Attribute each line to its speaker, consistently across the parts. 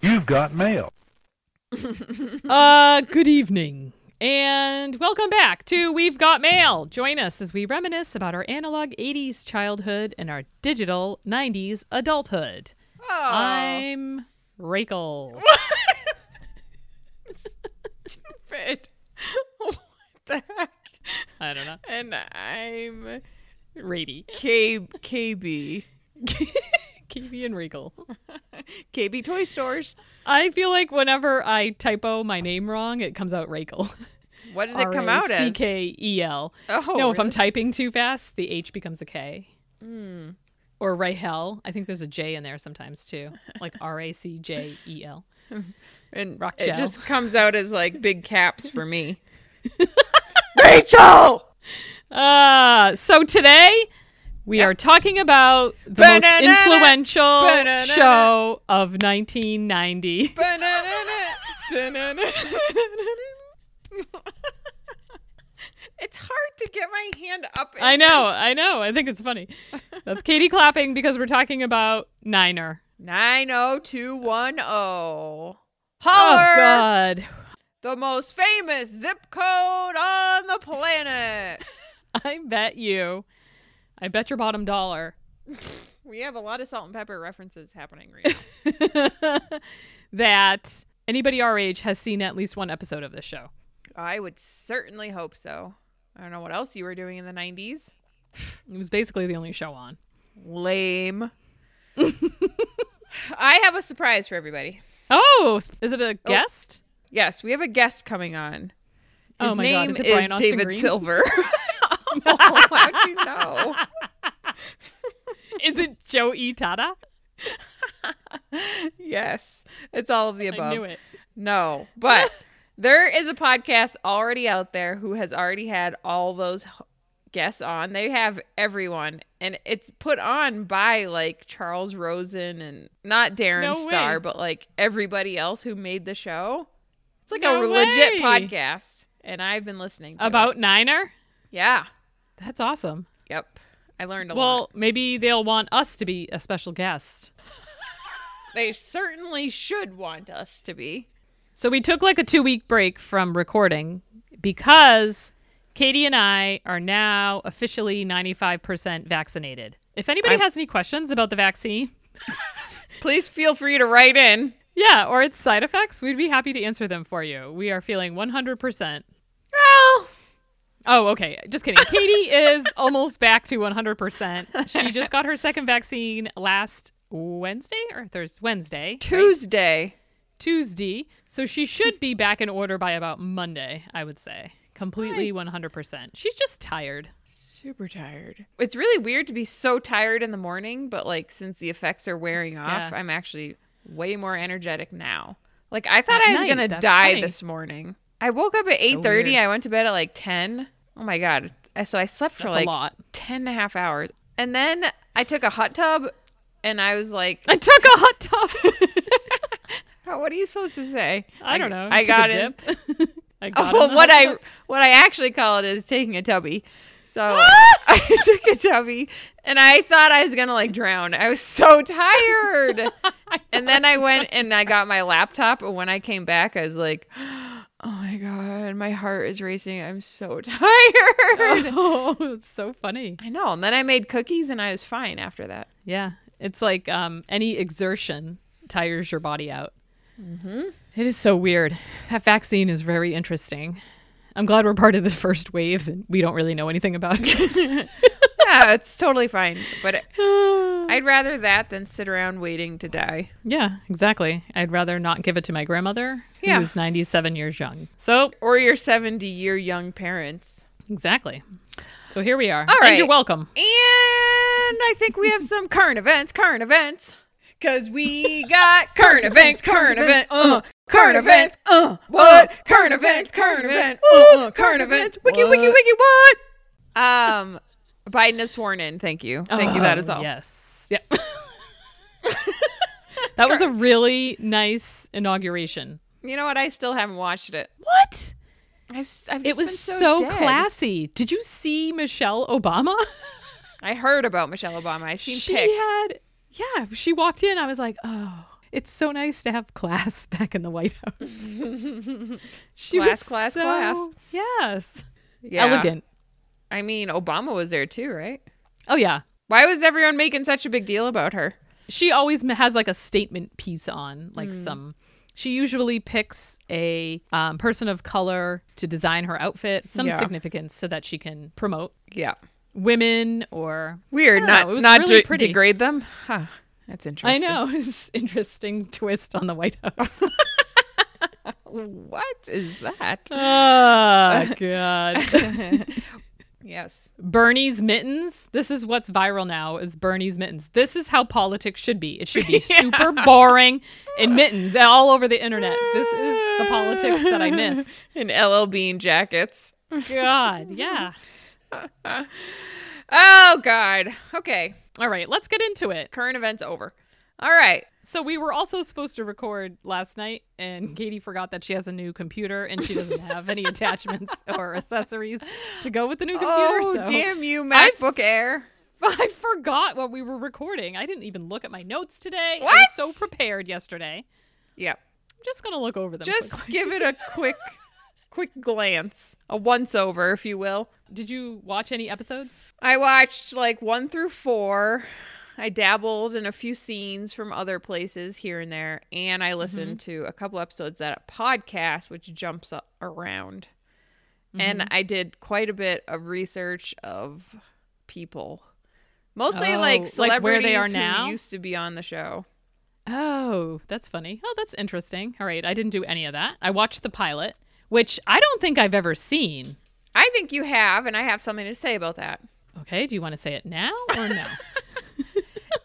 Speaker 1: You've got mail.
Speaker 2: uh, good evening. And welcome back to We've Got Mail. Join us as we reminisce about our analog 80s childhood and our digital 90s adulthood.
Speaker 3: Oh.
Speaker 2: I'm Rachel.
Speaker 3: stupid. what the heck?
Speaker 2: I don't know.
Speaker 3: And I'm
Speaker 2: Rady.
Speaker 3: K- KB.
Speaker 2: KB and Regal.
Speaker 3: KB Toy Stores.
Speaker 2: I feel like whenever I typo my name wrong, it comes out Rachel.
Speaker 3: What does it come out as?
Speaker 2: C-K-E-L.
Speaker 3: Oh,
Speaker 2: no, if I'm
Speaker 3: really? Mm.
Speaker 2: typing too fast, the H becomes a K. Or Rahel. I think there's a J in there sometimes too, like R A C J E L.
Speaker 3: and
Speaker 2: Rock
Speaker 3: it
Speaker 2: gel.
Speaker 3: just comes out as like big caps for me. Rachel.
Speaker 2: Uh, so today we
Speaker 3: Yeah.
Speaker 2: are talking about the most
Speaker 3: Ba-na-na-na.
Speaker 2: influential
Speaker 3: Ba-na-na-na.
Speaker 2: show of 1990.
Speaker 3: it's hard to get my hand up. in
Speaker 2: I know, I know. I think it's funny. That's Katie clapping because we're talking about Niner.
Speaker 3: 90210.
Speaker 2: Oh
Speaker 3: Holler!
Speaker 2: God,
Speaker 3: the most famous zip code on the planet.
Speaker 2: I bet you, I bet your bottom dollar
Speaker 3: we have a lot of salt and pepper references happening right now.
Speaker 2: that anybody our age has seen at least one episode of this show.
Speaker 3: I would certainly hope so. I don't know what else you were doing in the 90s.
Speaker 2: It was basically the only show on.
Speaker 3: Lame. I have a surprise for everybody.
Speaker 2: Oh, is it a guest?
Speaker 3: Yes, we have a guest coming on. His
Speaker 2: oh my
Speaker 3: name
Speaker 2: God, is it Brian Austin
Speaker 3: David
Speaker 2: Green?
Speaker 3: Silver. oh, how'd you know?
Speaker 2: Is it Joe Itada?
Speaker 3: Yes, it's all of the above.
Speaker 2: I knew it.
Speaker 3: No, but there is a podcast already out there who has already had all those h- guests on. They have everyone, and it's put on by like Charles Rosen and not Darren
Speaker 2: No way.
Speaker 3: Star, but like everybody else who made the show. It's like a
Speaker 2: No
Speaker 3: legit
Speaker 2: way.
Speaker 3: podcast, and I've been listening to it.
Speaker 2: About Niner?
Speaker 3: Yeah.
Speaker 2: That's awesome.
Speaker 3: Yep. I learned a
Speaker 2: Well,
Speaker 3: lot.
Speaker 2: maybe they'll want us to be a special guest.
Speaker 3: They certainly should want us to be.
Speaker 2: So we took like a two week break from recording because Katie and I are now officially 95% vaccinated. If anybody
Speaker 3: I'm-
Speaker 2: has any questions about the vaccine,
Speaker 3: Please feel free to write in.
Speaker 2: yeah, or its side effects, we'd be happy to answer them for you. We are feeling 100%.
Speaker 3: Well,
Speaker 2: Oh, okay. Just kidding. Katie is almost back to 100%. She just got her second vaccine last Wednesday or Thursday, Wednesday. right?
Speaker 3: Tuesday.
Speaker 2: Tuesday. So she should be back in order by about Monday, I would say. Completely 100%. She's just tired.
Speaker 3: Super tired. It's really weird to be so tired in the morning, but like since the effects are wearing
Speaker 2: Yeah.
Speaker 3: off, I'm actually way more energetic now. Like I thought
Speaker 2: At
Speaker 3: I was
Speaker 2: night,
Speaker 3: gonna
Speaker 2: that's
Speaker 3: die
Speaker 2: funny.
Speaker 3: this morning. I woke up at
Speaker 2: So
Speaker 3: eight thirty.
Speaker 2: weird.
Speaker 3: I went to bed at like ten. Oh my god. I- So I slept for
Speaker 2: That's
Speaker 3: like
Speaker 2: a lot.
Speaker 3: 10 and a half hours. And then I took a hot tub and I was like,
Speaker 2: I took a hot tub.
Speaker 3: how- what are you supposed to say?
Speaker 2: I don't know.
Speaker 3: I
Speaker 2: took
Speaker 3: got
Speaker 2: a
Speaker 3: in.
Speaker 2: dip. I got in
Speaker 3: well,
Speaker 2: the
Speaker 3: what
Speaker 2: hot
Speaker 3: I
Speaker 2: tub.
Speaker 3: what I actually call it is taking a tubby. So I took a tubby, and I thought I was gonna like drown. I was so tired. and then I went and I got my laptop, and when I came back, I was like, "Oh my god, my heart is racing. I'm so tired."
Speaker 2: Oh, it's so funny.
Speaker 3: I know. And then I made cookies, and I was fine after that.
Speaker 2: Yeah. It's like um, any exertion tires your body out.
Speaker 3: Mm-hmm.
Speaker 2: It is so weird. That vaccine is very interesting. I'm glad we're part of the first wave and we don't really know anything about it.
Speaker 3: Yeah, it's totally fine. But I'd rather that than sit around waiting to die.
Speaker 2: Yeah, exactly. I'd rather not give it to my grandmother, who
Speaker 3: Yeah.
Speaker 2: is 97 years young. So,
Speaker 3: Or your 70 year young parents.
Speaker 2: exactly. So here we are.
Speaker 3: All
Speaker 2: And you're
Speaker 3: right.
Speaker 2: welcome.
Speaker 3: And I think we have some current events, current events. Cause we got current events, current event, uh, current events, uh, what? Current events, current event, uh, uh, current events, wiki, wiki, wiki, what? Um, Biden is sworn in. Thank you, thank you. That is
Speaker 2: Oh,
Speaker 3: all.
Speaker 2: Yes. Yep. that was a really nice inauguration.
Speaker 3: You know what? I still haven't watched it.
Speaker 2: What?
Speaker 3: I, s- I've
Speaker 2: It
Speaker 3: just been
Speaker 2: was
Speaker 3: so,
Speaker 2: so,
Speaker 3: dead.
Speaker 2: classy. Did you see Michelle Obama?
Speaker 3: I heard about Michelle Obama. I seen
Speaker 2: she
Speaker 3: pics.
Speaker 2: had yeah, she walked in. I was like, oh, it's so nice to have class back in the White House. she
Speaker 3: Class, class,
Speaker 2: so-
Speaker 3: class.
Speaker 2: Yes.
Speaker 3: Yeah.
Speaker 2: Elegant.
Speaker 3: I mean, Obama was there too, right?
Speaker 2: Oh, yeah.
Speaker 3: Why was everyone making such a big deal about her?
Speaker 2: She always m- has like a statement piece on, like
Speaker 3: Hmm.
Speaker 2: some. She usually picks a um, person of color to design her outfit, some
Speaker 3: Yeah.
Speaker 2: significance so that she can promote
Speaker 3: Yeah.
Speaker 2: women or.
Speaker 3: Weird.
Speaker 2: I don't
Speaker 3: Not
Speaker 2: know, it was
Speaker 3: not
Speaker 2: really
Speaker 3: de-
Speaker 2: pretty.
Speaker 3: degrade them. Huh. That's
Speaker 2: I
Speaker 3: interesting.
Speaker 2: know. It's interesting twist on the White House.
Speaker 3: What is that?
Speaker 2: oh, God.
Speaker 3: yes.
Speaker 2: Bernie's mittens. This is what's viral now is Bernie's mittens. This is how politics should be. It should be super boring and mittens all over the internet. This is the politics that I miss.
Speaker 3: And LL Bean jackets.
Speaker 2: God, yeah.
Speaker 3: Oh God. Okay.
Speaker 2: All right, let's get into it.
Speaker 3: Current events over. All right.
Speaker 2: So we were also supposed to record last night and Katie forgot that she has a new computer and she doesn't have any attachments or accessories to go with the new computer.
Speaker 3: oh
Speaker 2: so
Speaker 3: damn you,
Speaker 2: I f-
Speaker 3: MacBook Air.
Speaker 2: I forgot what we were recording. I didn't even look at my notes today. I was
Speaker 3: What?
Speaker 2: so prepared yesterday.
Speaker 3: Yep.
Speaker 2: I'm just gonna look over them.
Speaker 3: Just
Speaker 2: quickly.
Speaker 3: give it a quick, quick glance, a once over, if you will.
Speaker 2: Did you watch any episodes?
Speaker 3: I watched like one through four. I dabbled in a few scenes from other places here and there, and I listened
Speaker 2: Mm-hmm.
Speaker 3: to a couple episodes that a podcast which jumps a- around.
Speaker 2: Mm-hmm.
Speaker 3: And I did quite a bit of research of people,
Speaker 2: Oh,
Speaker 3: mostly like
Speaker 2: like
Speaker 3: celebrities
Speaker 2: where they are
Speaker 3: who
Speaker 2: now?
Speaker 3: used to be on the show.
Speaker 2: Oh, that's funny. Oh, that's interesting. All right, I didn't do any of that. I watched the pilot, which I don't think I've ever seen.
Speaker 3: I think you have, and I have something to say about that.
Speaker 2: Okay, do you want to say it now or no?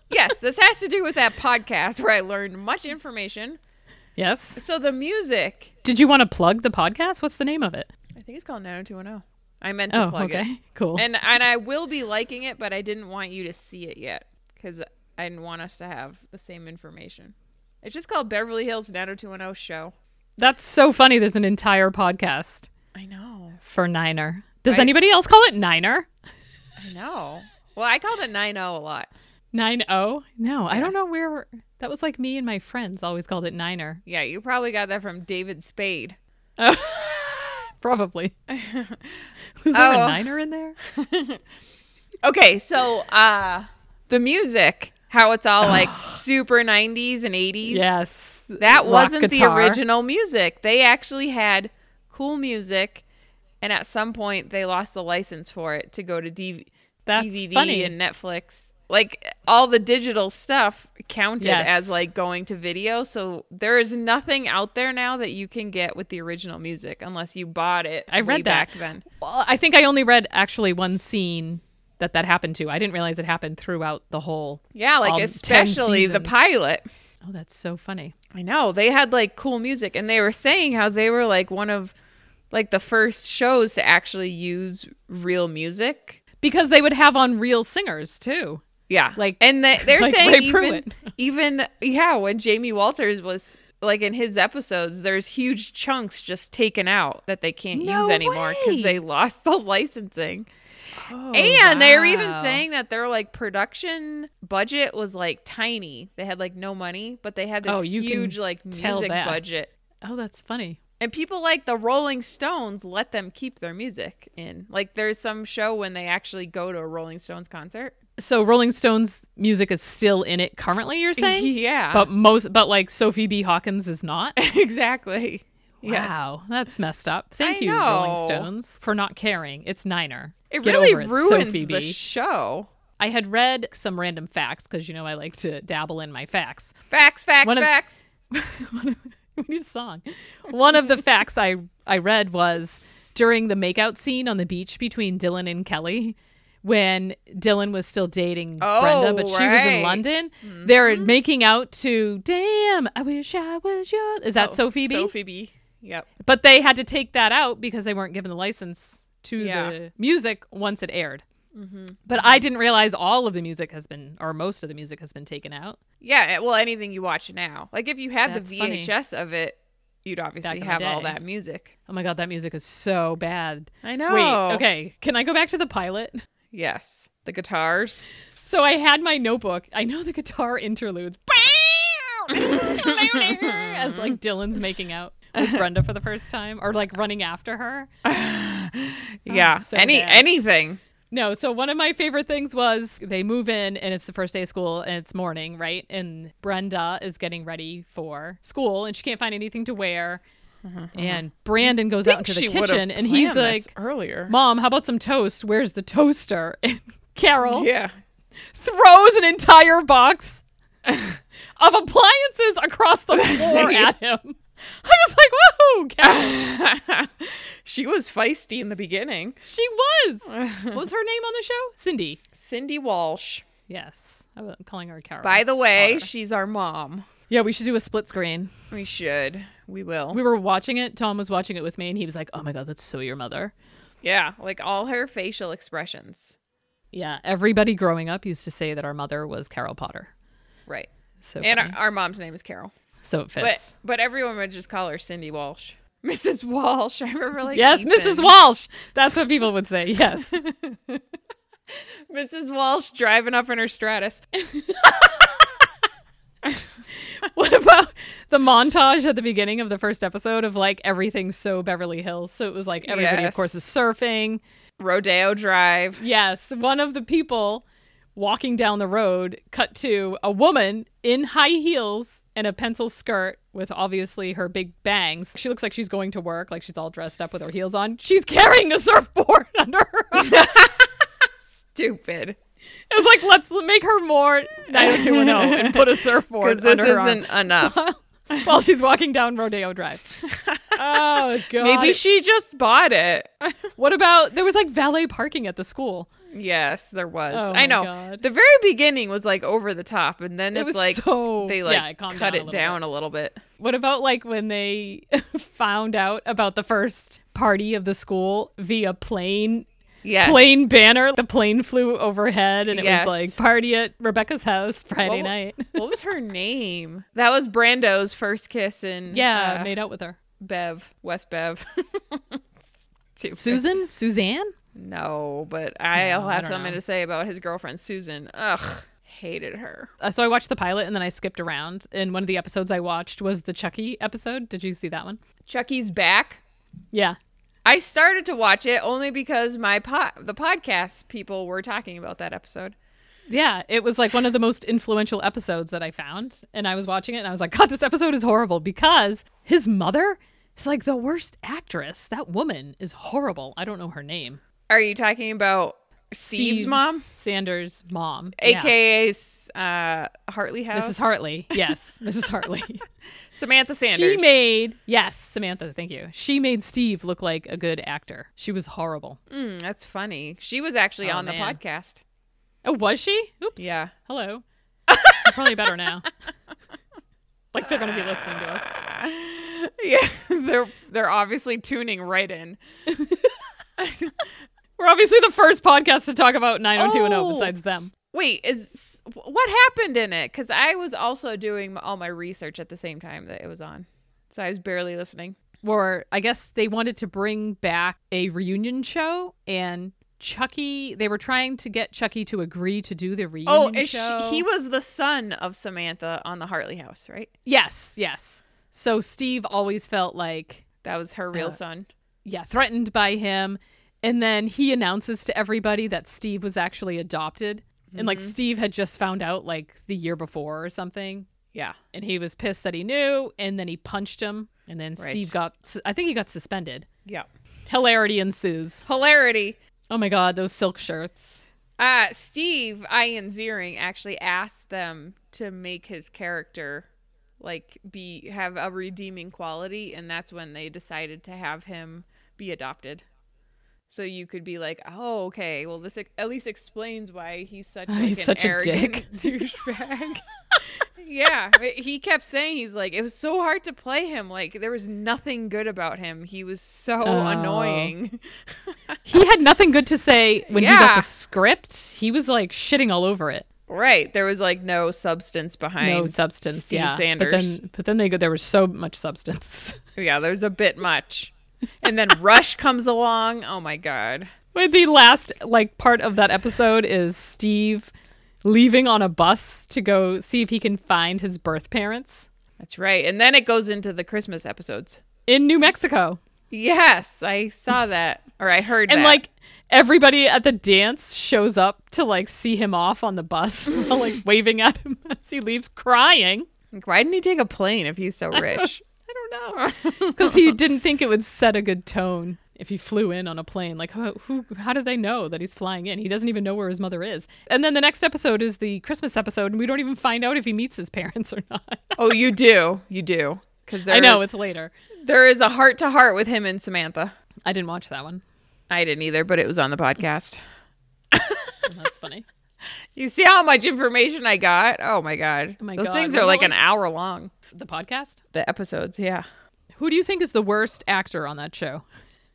Speaker 3: yes, this has to do with that podcast where I learned much information.
Speaker 2: yes.
Speaker 3: So the music,
Speaker 2: Did you want to plug the podcast? What's the name of it?
Speaker 3: I think it's called 90210. I meant to
Speaker 2: Oh,
Speaker 3: plug
Speaker 2: okay.
Speaker 3: it.
Speaker 2: Cool.
Speaker 3: and and I will be liking it, but I didn't want you to see it yet because I didn't want us to have the same information. It's just called Beverly Hills 90210 Show.
Speaker 2: that's so funny. There's an entire podcast
Speaker 3: I know,
Speaker 2: for Niner. Does
Speaker 3: I-
Speaker 2: anybody else call it Niner?
Speaker 3: I know. Well, I called it 90 a lot.
Speaker 2: Nine O? No, I don't know where. That was like me and my friends always called it Niner.
Speaker 3: Yeah, you probably got that from David Spade.
Speaker 2: Oh, probably. Was there
Speaker 3: Oh.
Speaker 2: a Niner in there?
Speaker 3: Okay, so uh the music, how it's all like super 90s and 80s.
Speaker 2: Yes.
Speaker 3: That
Speaker 2: Rock
Speaker 3: wasn't the
Speaker 2: guitar.
Speaker 3: original music. They actually had cool music, and at some point they lost the license for it to go to DV-
Speaker 2: That's
Speaker 3: DVD
Speaker 2: funny.
Speaker 3: and Netflix. Like all the digital stuff counted
Speaker 2: Yes.
Speaker 3: as like going to video. So there is nothing out there now that you can get with the original music unless you bought it.
Speaker 2: I
Speaker 3: way
Speaker 2: read that.
Speaker 3: back then.
Speaker 2: Well, I think I only read actually one scene that that happened to. I didn't realize it happened throughout the whole.
Speaker 3: Yeah, like
Speaker 2: All 10
Speaker 3: especially the
Speaker 2: seasons.
Speaker 3: pilot.
Speaker 2: Oh, that's so funny.
Speaker 3: I know they had like cool music, and they were saying how they were like one of like the first shows to actually use real music.
Speaker 2: Because they would have on real singers too.
Speaker 3: Yeah,
Speaker 2: Like-
Speaker 3: and they, they're
Speaker 2: like
Speaker 3: saying
Speaker 2: Ray
Speaker 3: even
Speaker 2: Pruitt.
Speaker 3: even yeah, when Jamie Walters was like in his episodes, there's huge chunks just taken out that they can't
Speaker 2: No
Speaker 3: use anymore because
Speaker 2: way. Oh,
Speaker 3: they lost the licensing. Oh, and they're even
Speaker 2: wow.
Speaker 3: saying that their like production budget was like tiny. They had like no money, but they had this
Speaker 2: Oh, you can
Speaker 3: huge like
Speaker 2: tell
Speaker 3: music
Speaker 2: that.
Speaker 3: budget.
Speaker 2: Oh, that's funny.
Speaker 3: And people like the Rolling Stones let them keep their music in. Like there's some show when they actually go to a Rolling Stones concert.
Speaker 2: So Rolling Stones music is still in it currently. You're saying,
Speaker 3: Yeah.
Speaker 2: but most, but like Sophie B. Hawkins is not.
Speaker 3: exactly. Yes.
Speaker 2: Wow, that's messed up. Thank
Speaker 3: I
Speaker 2: you,
Speaker 3: know.
Speaker 2: Rolling Stones, for not caring. It's Niner.
Speaker 3: It
Speaker 2: Get
Speaker 3: really
Speaker 2: over
Speaker 3: ruins
Speaker 2: Sophie
Speaker 3: the
Speaker 2: B.
Speaker 3: show.
Speaker 2: I had read some random facts because you know I like to dabble in my facts.
Speaker 3: Facts, facts,
Speaker 2: One of-
Speaker 3: facts.
Speaker 2: One of- we need a song. One of the facts I I read was during the makeout scene on the beach between Dylan and Kelly, when Dylan was still dating
Speaker 3: Oh,
Speaker 2: Brenda, but she was
Speaker 3: right. Mm-hmm.
Speaker 2: in London. They're making out to "Damn, I wish I was yours." Is that
Speaker 3: Oh,
Speaker 2: Sophie B?
Speaker 3: Sophie B. Yep.
Speaker 2: But they had to take that out because they weren't given the license to
Speaker 3: Yeah.
Speaker 2: the music once it aired. But I didn't realize all of the music has been, or most of the music has been taken out.
Speaker 3: Yeah. eh, Well, anything you watch now. Like if you had
Speaker 2: That's
Speaker 3: the
Speaker 2: funny.
Speaker 3: VHS of it, you'd
Speaker 2: Back
Speaker 3: obviously
Speaker 2: in the
Speaker 3: have all
Speaker 2: day.
Speaker 3: that music.
Speaker 2: Oh my God, that music is so bad.
Speaker 3: I know.
Speaker 2: Wait, okay. Can I go back to the pilot?
Speaker 3: Yes. The guitars.
Speaker 2: So I had my notebook. I know the guitar interludes. As like Dylan's making out with Brenda for the first time, or like running after her.
Speaker 3: yeah.
Speaker 2: so
Speaker 3: Any
Speaker 2: bad.
Speaker 3: anything.
Speaker 2: No, so one of my favorite things was they move in and it's the first day of school and it's morning, right? And Brenda is getting ready for school and she can't find anything to wear.
Speaker 4: Mm-hmm,
Speaker 2: And Brandon goes out into the
Speaker 4: she would've
Speaker 2: kitchen and he's
Speaker 4: planned this
Speaker 2: like,
Speaker 4: earlier.
Speaker 2: Mom, how about some toast? Where's the toaster? And Carol
Speaker 4: yeah.
Speaker 2: throws an entire box of appliances across the floor at him. I was like, whoa, Carol.
Speaker 4: she was feisty in the beginning.
Speaker 2: She was. What was her name on the show? Cindy.
Speaker 4: Cindy Walsh.
Speaker 2: Yes. I'm calling her Carol.
Speaker 3: By the way, she's our mom.
Speaker 2: Yeah, we should do a split screen.
Speaker 3: We should. We will.
Speaker 2: We were watching it. Tom was watching it with me, and he was like, "Oh my god, that's so your mother."
Speaker 3: yeah, like all her facial expressions.
Speaker 2: Yeah, everybody growing up used to say that our mother was Carol Potter.
Speaker 3: Right.
Speaker 2: So
Speaker 3: And our,
Speaker 2: funny.
Speaker 3: our mom's name is Carol.
Speaker 2: so it
Speaker 3: But
Speaker 2: fits.
Speaker 3: but everyone would just call her Cindy Walsh. Mrs. Walsh. I remember like
Speaker 2: yes,
Speaker 3: Ethan.
Speaker 2: Mrs. Walsh. That's what people would say. Yes.
Speaker 3: Mrs. Walsh driving up in her Stratus.
Speaker 2: what about the montage at the beginning of the first episode of like everything's so Beverly Hills? So it was like everybody, of
Speaker 3: Yes.
Speaker 2: course, is surfing.
Speaker 3: Rodeo Drive.
Speaker 2: Yes, one of the people walking down the road cut to a woman in high heels and a pencil skirt with obviously her big bangs. She looks like she's going to work, like she's all dressed up with her heels on. She's carrying a surfboard under her. arm. it
Speaker 3: Stupid.
Speaker 2: was like let's make her more 90210 and put a surfboard
Speaker 3: Because this
Speaker 2: under her arm
Speaker 3: isn't enough.
Speaker 2: while she's walking down Rodeo Drive. Oh god.
Speaker 3: Maybe she just bought it.
Speaker 2: What about there was like valet parking at the school?
Speaker 3: yes, there was.
Speaker 2: Oh my
Speaker 3: I know.
Speaker 2: God.
Speaker 3: The very beginning was like over the top, and then
Speaker 2: It
Speaker 3: it's
Speaker 2: was
Speaker 3: like
Speaker 2: so
Speaker 3: they
Speaker 2: yeah,
Speaker 3: like
Speaker 2: calmed
Speaker 3: cut
Speaker 2: down a
Speaker 3: it
Speaker 2: little bit.
Speaker 3: down a little bit.
Speaker 2: What about like when they found out about the first party of the school via plane
Speaker 3: Yeah.
Speaker 2: plane banner? The plane flew overhead and it
Speaker 3: Eh. Yes.
Speaker 2: was like party at Rebecca's house Friday
Speaker 3: What-
Speaker 2: night.
Speaker 3: what was her name? That was Brando's first kiss in
Speaker 2: yeah,
Speaker 3: uh,
Speaker 2: made out with her.
Speaker 3: Bev, West Bev. Stupid.
Speaker 2: Susan, Suzanne?
Speaker 3: No, but I'll
Speaker 2: I
Speaker 3: have
Speaker 2: don't
Speaker 3: something
Speaker 2: know.
Speaker 3: to say about his girlfriend Susan. Ugh, hated her.
Speaker 2: Uh, so I watched the pilot and then I skipped around. And one of the episodes I watched was the Chucky episode. Did you see that one?
Speaker 3: Chucky's back.
Speaker 2: Yeah.
Speaker 3: I started to watch it only because my po- the podcast people were talking about that episode.
Speaker 2: Yeah, it was like one of the most influential episodes that I found. And I was watching it and I was like, God, this episode is horrible because his mother is like the worst actress. That woman is horrible. I don't know her name.
Speaker 3: Are you talking about Steve's, mom,
Speaker 2: Sanders' mom. Yeah.
Speaker 3: aka uh, Hartley House?
Speaker 2: Mrs. Hartley. Yes, Mrs. Hartley.
Speaker 3: Samantha Sanders.
Speaker 2: she made, yes, Samantha, thank you. She made Steve look like a good actor. She was horrible.
Speaker 3: Mm, that's funny. She was actually
Speaker 2: Oh,
Speaker 3: on
Speaker 2: man.
Speaker 3: the podcast.
Speaker 2: Oh, was she? Oops.
Speaker 3: Yeah.
Speaker 2: Hello. I'm probably better now. like they're going to be listening to us.
Speaker 3: yeah, they're they're obviously tuning right in.
Speaker 2: We're obviously the first podcast to talk about 90210
Speaker 3: Oh.
Speaker 2: besides them.
Speaker 3: Wait, is what happened in it? Because I was also doing all my research at the same time that it was on, so I was barely listening.
Speaker 2: Or I guess they wanted to bring back a reunion show and Chucky, they were trying to get Chucky to agree to do the reunion
Speaker 3: oh, and
Speaker 2: show.
Speaker 3: she, he was the son of Samantha on the Hartley House, right?
Speaker 2: Yes, yes. So Steve always felt like
Speaker 3: That was her real
Speaker 2: Uh,
Speaker 3: son.
Speaker 2: yeah, threatened by him. And then he announces to everybody that Steve was actually adopted. And like Steve had just found out like the year before or something.
Speaker 3: Yeah,
Speaker 2: And he was pissed that he knew. And then he punched him. And then
Speaker 3: Right.
Speaker 2: Steve got, I think he got suspended.
Speaker 3: yeah.
Speaker 2: Hilarity ensues.
Speaker 3: Hilarity.
Speaker 2: Oh my God, those silk shirts.
Speaker 3: Uh, Steve Ian Ziering actually asked them to make his character like be have a redeeming quality, and that's when they decided to have him be adopted. So you could be like, oh, okay, well, this ex- at least explains why he's such like,
Speaker 2: He's
Speaker 3: an
Speaker 2: such a
Speaker 3: arrogant
Speaker 2: dick.
Speaker 3: douchebag. yeah, but he kept saying he's like, it was so hard to play him. Like there was nothing good about him. He was so
Speaker 2: Oh.
Speaker 3: annoying.
Speaker 2: He had nothing good to say when he got
Speaker 3: Yeah.
Speaker 2: the script. He was like shitting all over it.
Speaker 3: Right. There was like no substance behind.
Speaker 2: no substance.
Speaker 3: Steve
Speaker 2: yeah.
Speaker 3: Sanders.
Speaker 2: But then, but then they go, there was so much substance.
Speaker 3: Yeah, there's a bit much. And then Rush comes along. Oh my god.
Speaker 2: Wait, the last like part of that episode is Steve leaving on a bus to go see if he can find his birth parents
Speaker 3: That's right. And then it goes into the Christmas episodes.
Speaker 2: in New Mexico.
Speaker 3: Yes, I saw that. Or I heard
Speaker 2: And
Speaker 3: that.
Speaker 2: like everybody at the dance shows up to like see him off on the bus, while, like waving at him as he leaves crying
Speaker 3: Like, why didn't he take a plane if he's so rich? I don't know.
Speaker 2: because he didn't think it would set a good tone if he flew in on a plane. Like who, who how do they know that he's flying in? He doesn't even know where his mother is. And then the next episode is the Christmas episode and we don't even find out if he meets his parents or not.
Speaker 3: oh, you do. You do. Because
Speaker 2: I know it's later.
Speaker 3: there is a heart to heart with him and Samantha.
Speaker 2: I didn't watch that one.
Speaker 3: I didn't either, but it was on the podcast.
Speaker 2: That's funny.
Speaker 3: You see how much information I got? Oh my god.
Speaker 2: Oh my
Speaker 3: Those
Speaker 2: God,
Speaker 3: things
Speaker 2: what
Speaker 3: are
Speaker 2: do
Speaker 3: like
Speaker 2: I-
Speaker 3: an hour long.
Speaker 2: the podcast?
Speaker 3: The episodes, yeah.
Speaker 2: Who do you think is the worst actor on that show?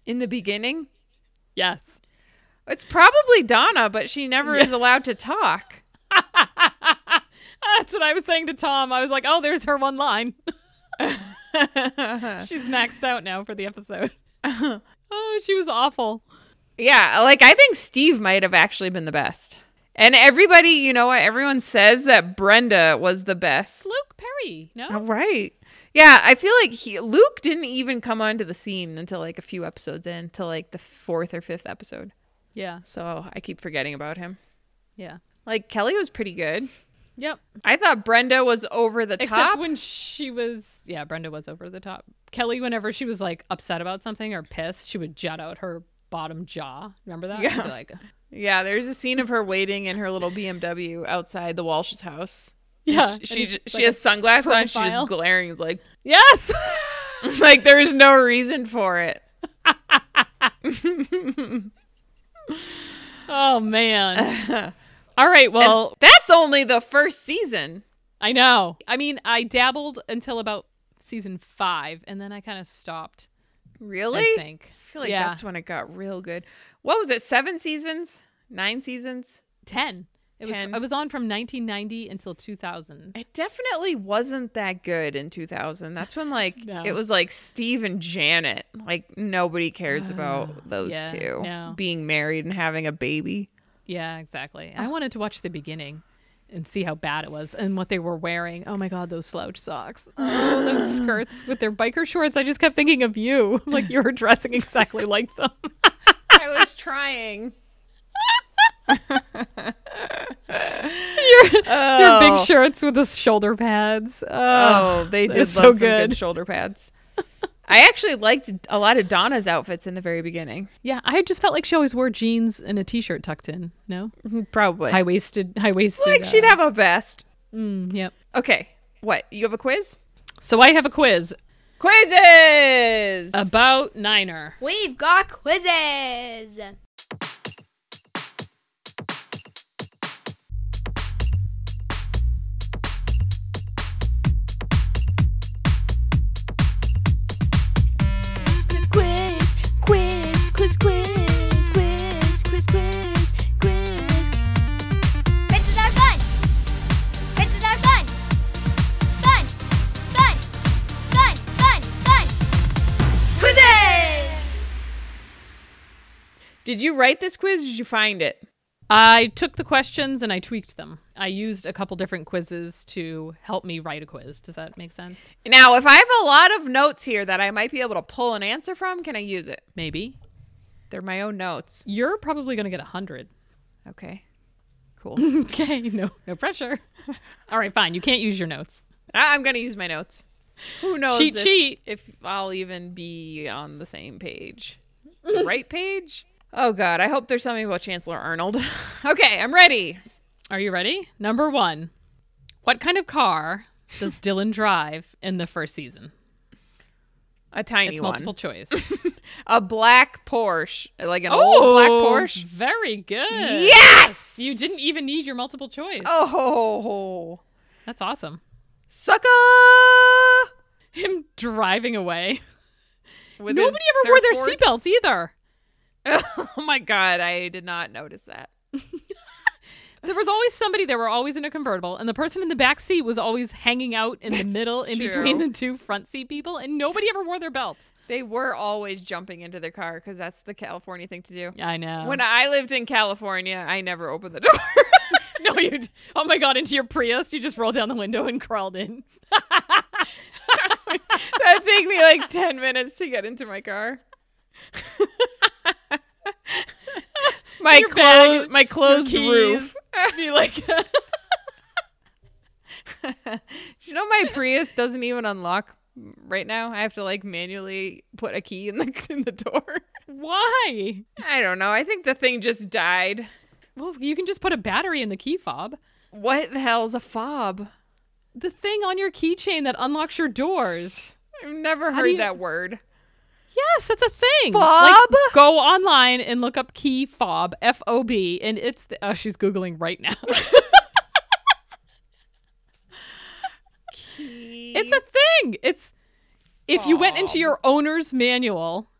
Speaker 3: In the beginning,
Speaker 2: Yes.
Speaker 3: it's probably Donna, but she never is allowed to talk.
Speaker 2: That's what I was saying to Tom. I was like, oh, there's her one line. She's maxed out now for the episode. oh, she was awful.
Speaker 3: Yeah, like I think Steve might have actually been the best. And everybody, you know what? Everyone says that Brenda was the best.
Speaker 2: Luke Perry, no?
Speaker 3: All right. Yeah, I feel like he, Luke didn't even come onto the scene until like a few episodes in, till like the fourth or fifth episode.
Speaker 2: Yeah,
Speaker 3: So I keep forgetting about him.
Speaker 2: yeah.
Speaker 3: Like Kelly was pretty good.
Speaker 2: Yep.
Speaker 3: I thought Brenda was over the
Speaker 2: Except
Speaker 3: top.
Speaker 2: when she was, yeah, Brenda was over the top. Kelly, whenever she was like upset about something or pissed, she would jut out her bottom jaw. Remember that? She'd be
Speaker 3: Yeah.
Speaker 2: Like,
Speaker 3: yeah, there's a scene of her waiting in her little BMW outside the Walsh's house.
Speaker 2: yeah.
Speaker 3: She she,
Speaker 2: and
Speaker 3: j-
Speaker 2: it's
Speaker 3: she
Speaker 2: like a-
Speaker 3: has sunglasses on. She's
Speaker 2: profile.
Speaker 3: just glaring. It's like
Speaker 2: yes.
Speaker 3: like there is no reason for it.
Speaker 2: oh, man. All right. Well,
Speaker 3: That's only the first season.
Speaker 2: I know. I mean, I dabbled until about season five, and then I kind of stopped.
Speaker 3: Really?
Speaker 2: I think.
Speaker 3: I feel like
Speaker 2: yeah,
Speaker 3: that's when it got real good. What was it? Seven seasons? Nine seasons?
Speaker 2: ten. It was.
Speaker 3: 10.
Speaker 2: I was on from 1990 until 2000.
Speaker 3: It definitely wasn't that good in 2000. That's when like
Speaker 2: No.
Speaker 3: it was like Steve and Janet. Like nobody cares about those
Speaker 2: yeah,
Speaker 3: two
Speaker 2: no.
Speaker 3: being married and having a baby.
Speaker 2: yeah, exactly.
Speaker 3: Oh.
Speaker 2: I wanted to watch the beginning and see how bad it was and what they were wearing. Oh my god, those slouch socks. Oh, those skirts with their biker shorts. I just kept thinking of you. I'm Like you were dressing exactly like them.
Speaker 3: I was trying.
Speaker 2: your, your big
Speaker 3: Oh.
Speaker 2: shirts with the shoulder pads. Oh,
Speaker 3: Oh, they
Speaker 2: they're
Speaker 3: did love
Speaker 2: so
Speaker 3: some good.
Speaker 2: good.
Speaker 3: shoulder pads. I actually liked a lot of Donna's outfits in the very beginning.
Speaker 2: yeah. I just felt like she always wore jeans and a t-shirt tucked in. No.
Speaker 3: Probably.
Speaker 2: high waisted, high waisted.
Speaker 3: like she'd have a vest.
Speaker 2: mm, yep.
Speaker 3: Okay. What? You have a quiz?
Speaker 2: So I have a quiz
Speaker 3: Quizzes.
Speaker 2: about Niner.
Speaker 5: We've got quizzes. Quiz, quiz, quiz, quiz, quiz, quiz, quiz, quiz, quiz. Quizzes are fun. Quizzes are fun. Fun, fun, fun, fun, fun. Quizzes!
Speaker 3: did you write this quiz? Or did you find it?
Speaker 2: I took the questions and I tweaked them. I used a couple different quizzes to help me write a quiz. Does that make sense?
Speaker 3: Now, if I have a lot of notes here that I might be able to pull an answer from, can I use it?
Speaker 2: Maybe.
Speaker 3: They're my own notes.
Speaker 2: You're probably going to get a 100.
Speaker 3: Okay. Cool.
Speaker 2: Okay, no, no pressure. All right, fine. You can't use your notes.
Speaker 3: I- I'm going to use my notes. Who knows
Speaker 2: Cheat
Speaker 3: if,
Speaker 2: sheet.
Speaker 3: if I'll even be on the same page? The right page? Oh, God. I hope there's something about Chancellor Arnold. okay, I'm ready.
Speaker 2: Are you ready? Number one. What kind of car does Dylan drive in the first season?
Speaker 3: A tiny
Speaker 2: It's
Speaker 3: one.
Speaker 2: multiple choice. Oh,
Speaker 3: A black Porsche. Like an old Oh, black Porsche.
Speaker 2: Very good.
Speaker 3: Yes!
Speaker 2: You didn't even need your multiple choice.
Speaker 3: Oh.
Speaker 2: That's awesome.
Speaker 3: Sucker!
Speaker 2: Him driving away.
Speaker 3: With
Speaker 2: Nobody
Speaker 3: his
Speaker 2: ever wore their
Speaker 3: surfboard.
Speaker 2: seatbelts either.
Speaker 3: oh my god, I did not notice that.
Speaker 2: There was always somebody. They were always in a convertible, and the person in the back seat was always hanging out in the middle, in
Speaker 3: true.
Speaker 2: between the two front seat people, and nobody ever wore their belts.
Speaker 3: They were always jumping into their car because that's the California thing to do.
Speaker 2: I know.
Speaker 3: When I lived in California, I never opened the door.
Speaker 2: no no, you. d- Oh my god, into your Prius, you just rolled down the window and crawled in.
Speaker 3: That'd take me like 10 minutes to get into my car. my
Speaker 2: Your bag,
Speaker 3: clothes, my closed
Speaker 2: Your
Speaker 3: roof.
Speaker 2: keys, Be like,
Speaker 3: Do you know my Prius doesn't even unlock right now? I have to like manually put a key in the in the door.
Speaker 2: why?
Speaker 3: I don't know. I think the thing just died.
Speaker 2: Well, you can just put a battery in the key fob.
Speaker 3: What the hell's a fob?
Speaker 2: The thing on your keychain that unlocks your doors.
Speaker 3: I've never
Speaker 2: How do
Speaker 3: heard
Speaker 2: you-
Speaker 3: that word.
Speaker 2: Yes, that's a thing.
Speaker 3: Fob?
Speaker 2: go online and look up key fob, F O B, and it's. The- oh, she's googling right now. It's a thing. It's if you went into your owner's manual.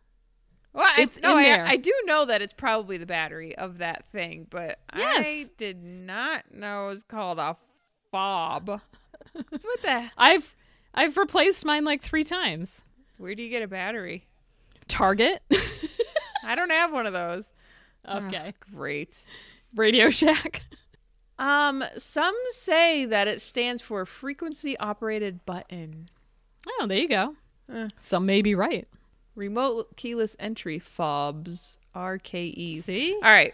Speaker 3: Well, I,
Speaker 2: it's
Speaker 3: no,
Speaker 2: in
Speaker 3: I,
Speaker 2: there.
Speaker 3: I do know that it's probably the battery of that thing, but I
Speaker 2: Yes.
Speaker 3: did not know it was called a fob. so what the?
Speaker 2: I've I've replaced mine like three times.
Speaker 3: Where do you get a battery?
Speaker 2: Target.
Speaker 3: I don't have one of those.
Speaker 2: okay.
Speaker 3: Great.
Speaker 2: Radio Shack.
Speaker 3: Um, some say that it stands for frequency operated button,
Speaker 2: Oh, there you go.
Speaker 3: Uh.
Speaker 2: Some may be right.
Speaker 3: remote keyless entry fobs, RKE.
Speaker 2: See?
Speaker 3: All right.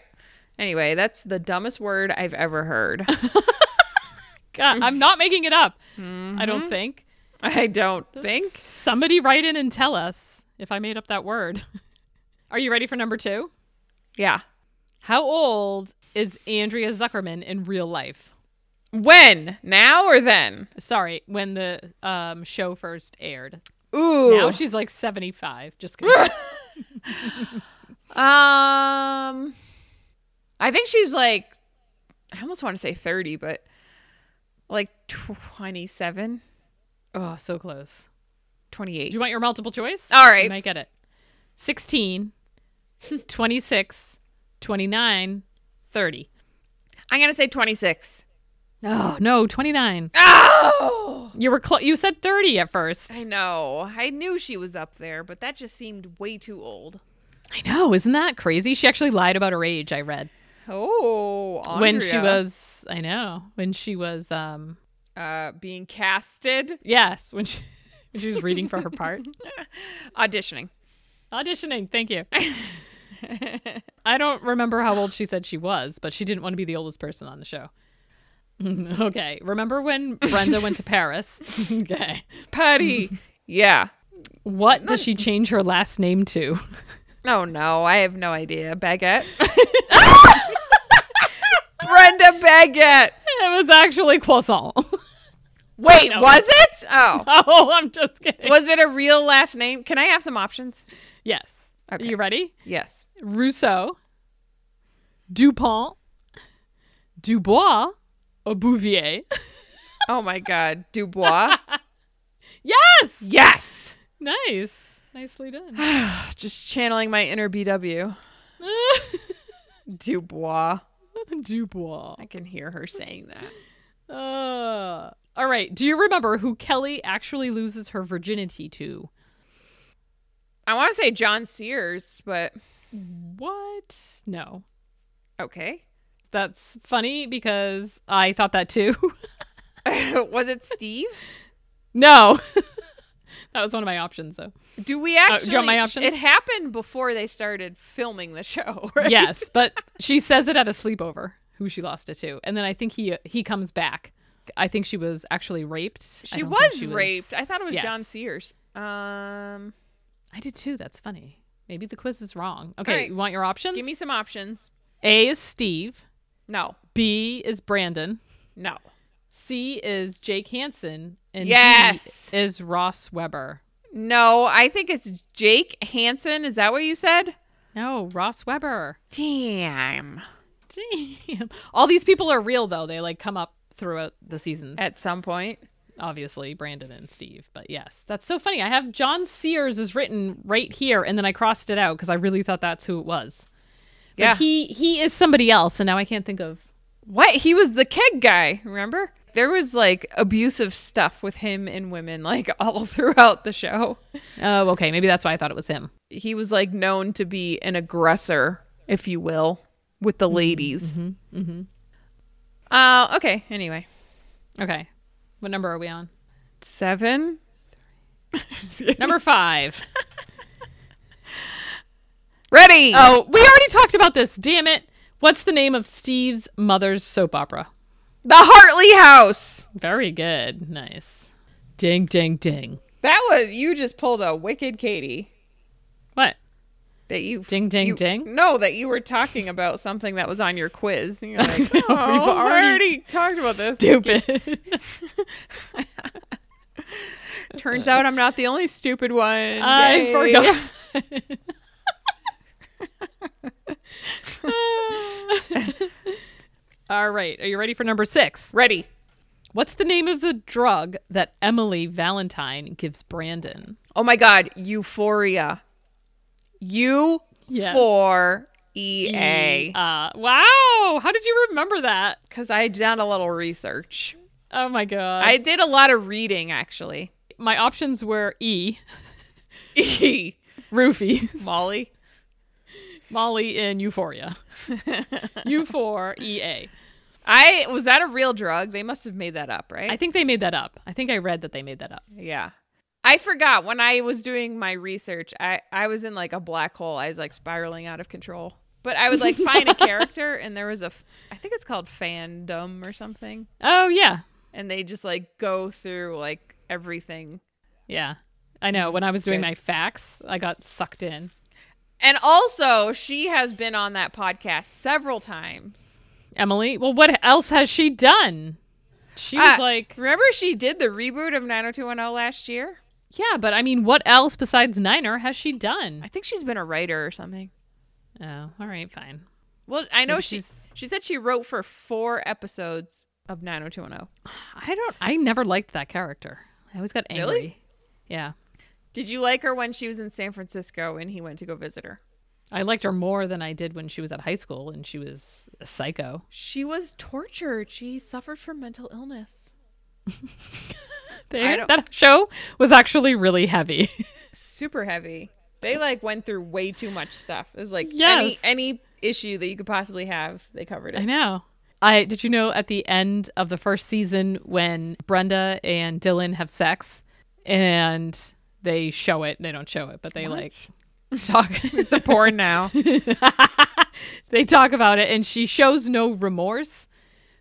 Speaker 3: Anyway, that's the dumbest word I've ever heard.
Speaker 2: God, I'm not making it up. I don't think.
Speaker 3: I don't think.
Speaker 2: Somebody write in and tell us if I made up that word. Are you ready for number two?
Speaker 3: Yeah.
Speaker 2: How old is Andrea Zuckerman in real life?
Speaker 3: When? Now or then?
Speaker 2: Sorry, when the um, show first aired.
Speaker 3: Ooh.
Speaker 2: Now she's like 75. Just kidding.
Speaker 3: Um, I think she's like, I almost want to say 30, but like 27,
Speaker 2: oh, so close.
Speaker 3: 28.
Speaker 2: Do you want your multiple choice?
Speaker 3: All right.
Speaker 2: You might get it. 16, 26, 29, 30.
Speaker 3: I'm going to say 26.
Speaker 2: No, Oh, no, 29.
Speaker 3: Oh!
Speaker 2: You were close. You said 30 at first.
Speaker 3: I know. I knew she was up there, but that just seemed way too old.
Speaker 2: I know, isn't that crazy? She actually lied about her age, I read.
Speaker 3: Oh,
Speaker 2: When she was I know, when she was um
Speaker 3: uh, being casted,
Speaker 2: yes, when she when she was reading for her part.
Speaker 3: auditioning.
Speaker 2: Auditioning, thank you. I don't remember how old she said she was, but she didn't want to be the oldest person on the show. okay. Remember when Brenda went to Paris? okay.
Speaker 3: Patty. yeah.
Speaker 2: What does she change her last name to?
Speaker 3: Oh no, I have no idea. Baguette. Brenda Baguette.
Speaker 2: It was actually croissant.
Speaker 3: Wait,
Speaker 2: No.
Speaker 3: was it? Oh.
Speaker 2: oh, I'm just kidding.
Speaker 3: Was it a real last name? Can I have some options?
Speaker 2: yes.
Speaker 3: Okay.
Speaker 2: You ready?
Speaker 3: Yes.
Speaker 2: Rousseau, Dupont, Dubois, or Bouvier.
Speaker 3: Oh my God. Dubois.
Speaker 2: yes.
Speaker 3: yes.
Speaker 2: Nice. Nicely done.
Speaker 3: Just channeling my inner BW. Dubois.
Speaker 2: Dubois.
Speaker 3: I can hear her saying that.
Speaker 2: Uh, all right. Do you remember who Kelly actually loses her virginity to?
Speaker 3: I want to say John Sears, but
Speaker 2: What? No.
Speaker 3: okay.
Speaker 2: That's funny because I thought that too.
Speaker 3: was it Steve?
Speaker 2: no. that was one of my options, though.
Speaker 3: Do we actually?
Speaker 2: Uh, you want my options?
Speaker 3: It happened before they started filming the show, right?
Speaker 2: Yes, but she says it at a sleepover who she lost it to. And then I think he uh, he comes back. I think she was actually raped. I
Speaker 3: She
Speaker 2: don't think
Speaker 3: was raped. I thought it was John
Speaker 2: yes.
Speaker 3: Sears. Um,
Speaker 2: I did too. That's funny. Maybe the quiz is wrong. Okay,
Speaker 3: right.
Speaker 2: you want your options?
Speaker 3: give me some options.
Speaker 2: A is Steve.
Speaker 3: No,
Speaker 2: B is Brandon.
Speaker 3: no.
Speaker 2: C is Jake Hansen, and
Speaker 3: Yes.
Speaker 2: D is Ross Weber.
Speaker 3: No, I think it's Jake Hansen. Is that what you said?
Speaker 2: No, Ross Weber.
Speaker 3: Damn.
Speaker 2: Damn. All these people are real though. They like come up throughout the seasons.
Speaker 3: At some point.
Speaker 2: Obviously, Brandon and Steve. But yes, that's so funny. I have John Sears is written right here, and then I crossed it out because I really thought that's who it was. But
Speaker 3: Yeah.
Speaker 2: he he is somebody else, and now I can't think of.
Speaker 3: What? He was the keg guy, remember? There was like abusive stuff with him and women like all throughout the show.
Speaker 2: Oh, okay. Maybe that's why I thought it was him.
Speaker 3: He was like known to be an aggressor, if you will, with the ladies.
Speaker 4: Uh, okay. Anyway,
Speaker 2: Okay. What number are we on?
Speaker 4: seven.
Speaker 2: Number five.
Speaker 4: Ready.
Speaker 2: Oh, we already talked about this. Damn it. What's the name of Steve's mother's soap opera?
Speaker 4: The Hartley House.
Speaker 2: Very good. Nice. Ding, ding, ding.
Speaker 3: That was you just pulled a wicked Katie
Speaker 2: What?
Speaker 3: that you
Speaker 2: Ding, ding,
Speaker 3: you-
Speaker 2: ding.
Speaker 3: No, that you were talking about something that was on your quiz. And you're like,
Speaker 2: We've
Speaker 3: oh, we've already talked about this.
Speaker 2: Stupid.
Speaker 3: Turns out I'm not the only stupid one.
Speaker 2: I
Speaker 3: Yay.
Speaker 2: forgot. All right. Are you ready for number six?
Speaker 4: Ready.
Speaker 2: What's the name of the drug that Emily Valentine gives Brandon?
Speaker 3: Oh my God, euphoria. U
Speaker 2: Yes.
Speaker 3: four E A.
Speaker 2: Uh, wow. How did you remember that?
Speaker 3: Because I did a little research.
Speaker 2: Oh my god.
Speaker 3: I did a lot of reading actually.
Speaker 2: my options were E,
Speaker 3: E.
Speaker 2: roofies,
Speaker 3: Molly.
Speaker 2: Molly, and Euphoria. U4 EA.
Speaker 3: I was that a real drug? They must have made that up, right?
Speaker 2: I think they made that up. I think I read that they made that up.
Speaker 3: Yeah. I forgot when I was doing my research, I, I was in like a black hole. I was like spiraling out of control. But I would like find a character and there was a, f- I think it's called fandom or something.
Speaker 2: Oh yeah.
Speaker 3: And they just like go through like everything.
Speaker 2: Yeah. I know. When I was doing my facts, I got sucked in.
Speaker 3: And also, she has been on that podcast several times.
Speaker 2: Emily, well what else has she done? She was
Speaker 3: Ah.
Speaker 2: like,
Speaker 3: Remember, she did the reboot of 90210 last year?
Speaker 2: yeah, but I mean, what else besides Niner has she
Speaker 3: I
Speaker 2: done?
Speaker 3: think she's been a writer or something.
Speaker 2: Oh, all right, fine.
Speaker 3: Well, I know
Speaker 2: Maybe
Speaker 3: she,
Speaker 2: she's-
Speaker 3: she said she wrote for four episodes of 90210.
Speaker 2: I don't I never liked that character. I always got angry. Yeah.
Speaker 3: Did you like her when she was in San Francisco and he went to go visit her?
Speaker 2: I liked her more than I did when she was at high school and she was a psycho.
Speaker 3: She was tortured. She suffered from mental illness.
Speaker 2: There,
Speaker 3: don't-
Speaker 2: that show was actually really heavy.
Speaker 3: Super heavy. They like went through way too much stuff. It was like
Speaker 2: Yes.
Speaker 3: any any issue that you could possibly have, they covered
Speaker 2: I
Speaker 3: it.
Speaker 2: know. I did you know at the end of the first season when Brenda and Dylan have sex and they show it, they don't show it, but they like talk
Speaker 3: It's a porn now.
Speaker 2: they talk about it and she shows no remorse.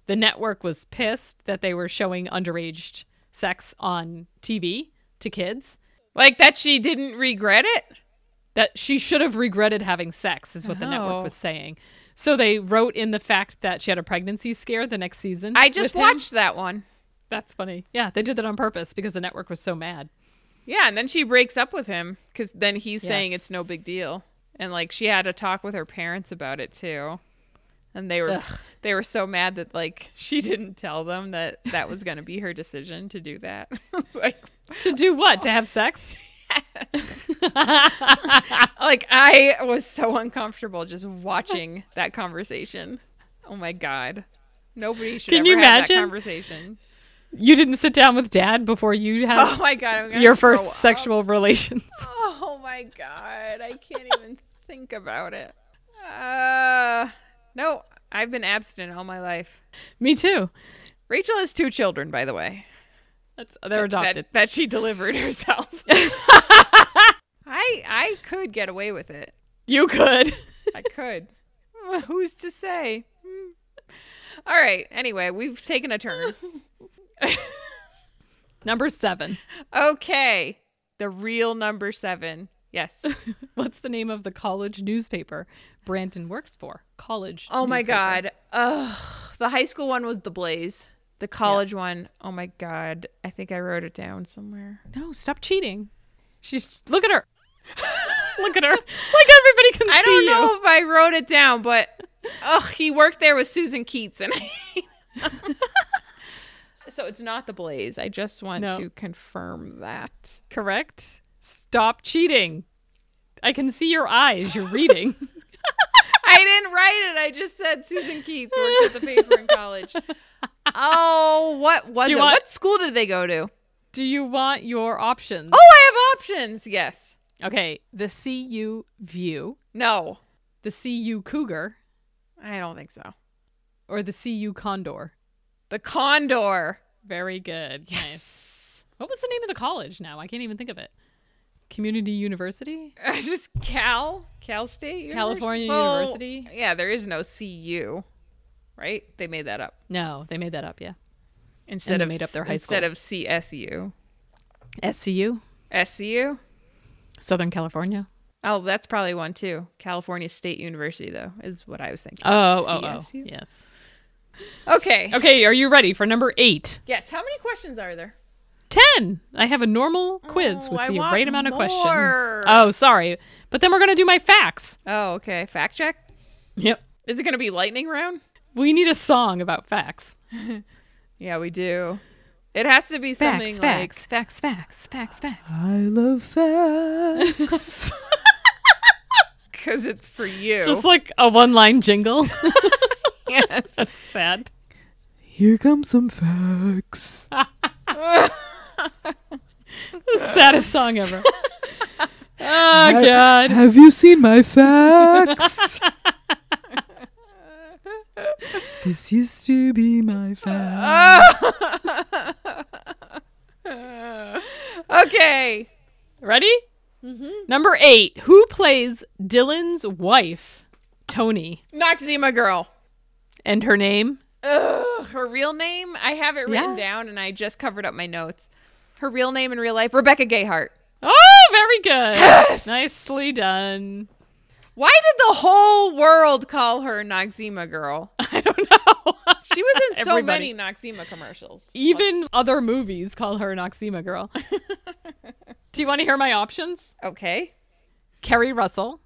Speaker 2: The network was pissed that they were showing underage sex on TV to kids.
Speaker 3: like that she didn't regret it?
Speaker 2: that she should have regretted having sex is what the network
Speaker 3: Oh.
Speaker 2: was saying so they wrote in the fact that she had a pregnancy scare the next season
Speaker 3: I just
Speaker 2: with him.
Speaker 3: watched that one.
Speaker 2: that's funny yeah they did that on purpose because the network was so mad
Speaker 3: Yeah, and then she breaks up with him cuz then he's saying
Speaker 2: Yes.
Speaker 3: it's no big deal. And like she had to talk with her parents about it too. And they were
Speaker 2: Ugh.
Speaker 3: they were so mad that like she didn't tell them that that was going to be her decision to do that. It's like
Speaker 2: to do what to have sex
Speaker 3: like I was so uncomfortable just watching that conversation. Oh my god. Nobody should
Speaker 2: Can
Speaker 3: ever
Speaker 2: you
Speaker 3: have
Speaker 2: imagine?
Speaker 3: that conversation.
Speaker 2: you didn't sit down with dad before you had
Speaker 3: Oh my god, I'm gonna
Speaker 2: your
Speaker 3: throw
Speaker 2: first
Speaker 3: up.
Speaker 2: sexual relations
Speaker 3: Oh my god, I can't even think about it. Uh, no, I've been abstinent all my life.
Speaker 2: me too
Speaker 3: Rachel has two children, by the way,
Speaker 2: that's they're adopted
Speaker 3: that, that she delivered herself. I I could get away with it.
Speaker 2: you could
Speaker 3: I could. Well, Who's to say? Hmm. All right. Anyway, we've taken a turn.
Speaker 2: number seven
Speaker 3: Okay. The real number seven. Yes.
Speaker 2: what's the name of the college newspaper brandon works for college
Speaker 3: Oh my
Speaker 2: newspaper.
Speaker 3: god. Ugh. The high school one was the blaze. The college one, oh my god. I think I wrote it down somewhere.
Speaker 2: No, stop cheating. She's look at her. look at her. Like everybody can
Speaker 3: I
Speaker 2: see
Speaker 3: don't
Speaker 2: you.
Speaker 3: know if I wrote it down, but ugh, he worked there with Susan Keats and So it's not the blaze. I just want
Speaker 2: No.
Speaker 3: to confirm that.
Speaker 2: Correct. Stop cheating. I can see your eyes. You're reading.
Speaker 3: I didn't write it. I just said Susan Keats worked at the paper in college. Oh, what was
Speaker 2: Do
Speaker 3: it?
Speaker 2: you want-
Speaker 3: what school did they go to?
Speaker 2: Do you want your options?
Speaker 3: Oh, I have options. Yes.
Speaker 2: Okay. The CU View,
Speaker 3: No.
Speaker 2: the CU Cougar,
Speaker 3: I don't think so.
Speaker 2: or the CU Condor.
Speaker 3: The Condor.
Speaker 2: Very good. Nice. What was the name of the college now? I can't even think of it. Community University?
Speaker 3: Just Cal, Cal State, University?
Speaker 2: California University?
Speaker 3: Yeah, there is no CU, right? They made that up
Speaker 2: No, they made that up, yeah.
Speaker 3: instead
Speaker 2: they
Speaker 3: of
Speaker 2: made up their high
Speaker 3: instead
Speaker 2: school.
Speaker 3: of CSU,
Speaker 2: SCU?
Speaker 3: SCU.
Speaker 2: Southern California.
Speaker 3: Oh, that's probably one too. California State University, though, is what I was thinking.
Speaker 2: Oh, oh, oh.
Speaker 3: CSU.
Speaker 2: Yes.
Speaker 3: Okay.
Speaker 2: Okay, are you ready for number eight?
Speaker 3: Yes. How many questions are there?
Speaker 2: Ten. I have a normal quiz
Speaker 3: Oh,
Speaker 2: with
Speaker 3: I
Speaker 2: the
Speaker 3: want
Speaker 2: right amount of questions.
Speaker 3: more.
Speaker 2: Oh, sorry. But then we're going to do my facts.
Speaker 3: Oh, okay. Fact check.
Speaker 2: Yep.
Speaker 3: Is it going to be lightning round?
Speaker 2: We need a song about facts.
Speaker 3: Yeah, we do. It has to be something
Speaker 2: Facts,
Speaker 3: like Oh.
Speaker 2: facts, facts, facts, facts, facts.
Speaker 1: I love facts.
Speaker 3: because it's for you.
Speaker 2: Just like a one line jingle.
Speaker 3: yes.
Speaker 2: That's sad.
Speaker 1: Here come some facts.
Speaker 2: The saddest song ever. Oh, God.
Speaker 1: Have you seen my facts? this used to be my facts.
Speaker 3: Okay.
Speaker 2: Ready?
Speaker 3: Mm-hmm.
Speaker 2: Number eight. Who plays Dylan's wife, Tony?
Speaker 3: Noxzema girl.
Speaker 2: And her name?
Speaker 3: Ugh, her real name, I have it written
Speaker 2: Yeah.
Speaker 3: down and I just covered up my notes. Her real name in real life, Rebecca Gayheart.
Speaker 2: Oh, very good. Nicely done.
Speaker 3: Why did the whole world call her Noxzema girl?
Speaker 2: I don't know.
Speaker 3: She was in so
Speaker 2: Everybody.
Speaker 3: many Noxzema commercials.
Speaker 2: Even other movies call her an Oxima girl. Do you want to hear my options?
Speaker 3: Okay.
Speaker 2: Kerry Russell,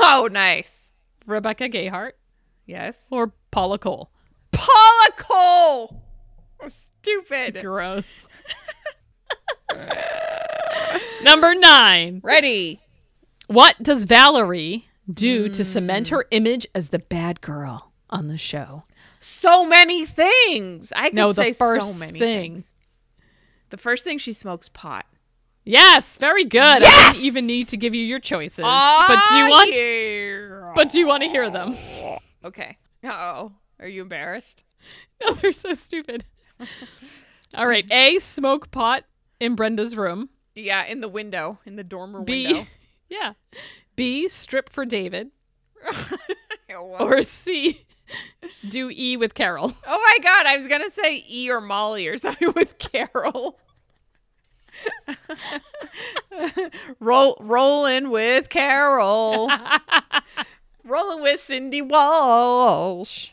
Speaker 3: Oh, nice.
Speaker 2: Rebecca Gayhart,
Speaker 3: Yes.
Speaker 2: or Paula Cole.
Speaker 3: Paula Cole. Stupid.
Speaker 2: Gross. Number nine.
Speaker 3: Ready.
Speaker 2: What does Valerie do to cement her image as the bad girl on the show?
Speaker 3: So many things. I could
Speaker 2: No, the
Speaker 3: say
Speaker 2: first
Speaker 3: so many
Speaker 2: thing.
Speaker 3: things. The first thing she smokes pot.
Speaker 2: Yes, very good. I didn't even need to give you your choices. but do you want
Speaker 3: Ah, Yeah.
Speaker 2: but do you want to hear them?
Speaker 3: Okay. Oh, are you embarrassed?
Speaker 2: No, Oh, they're so stupid. All right. A smoke pot in Brenda's room.
Speaker 3: Yeah, in the window, in the dormer
Speaker 2: B
Speaker 3: window.
Speaker 2: Yeah. B strip for David.
Speaker 3: oh
Speaker 2: Or C do E with Carol.
Speaker 3: my god, I was gonna say E or Molly or something with Carol. roll, rolling with Carol. rolling with Cindy Walsh.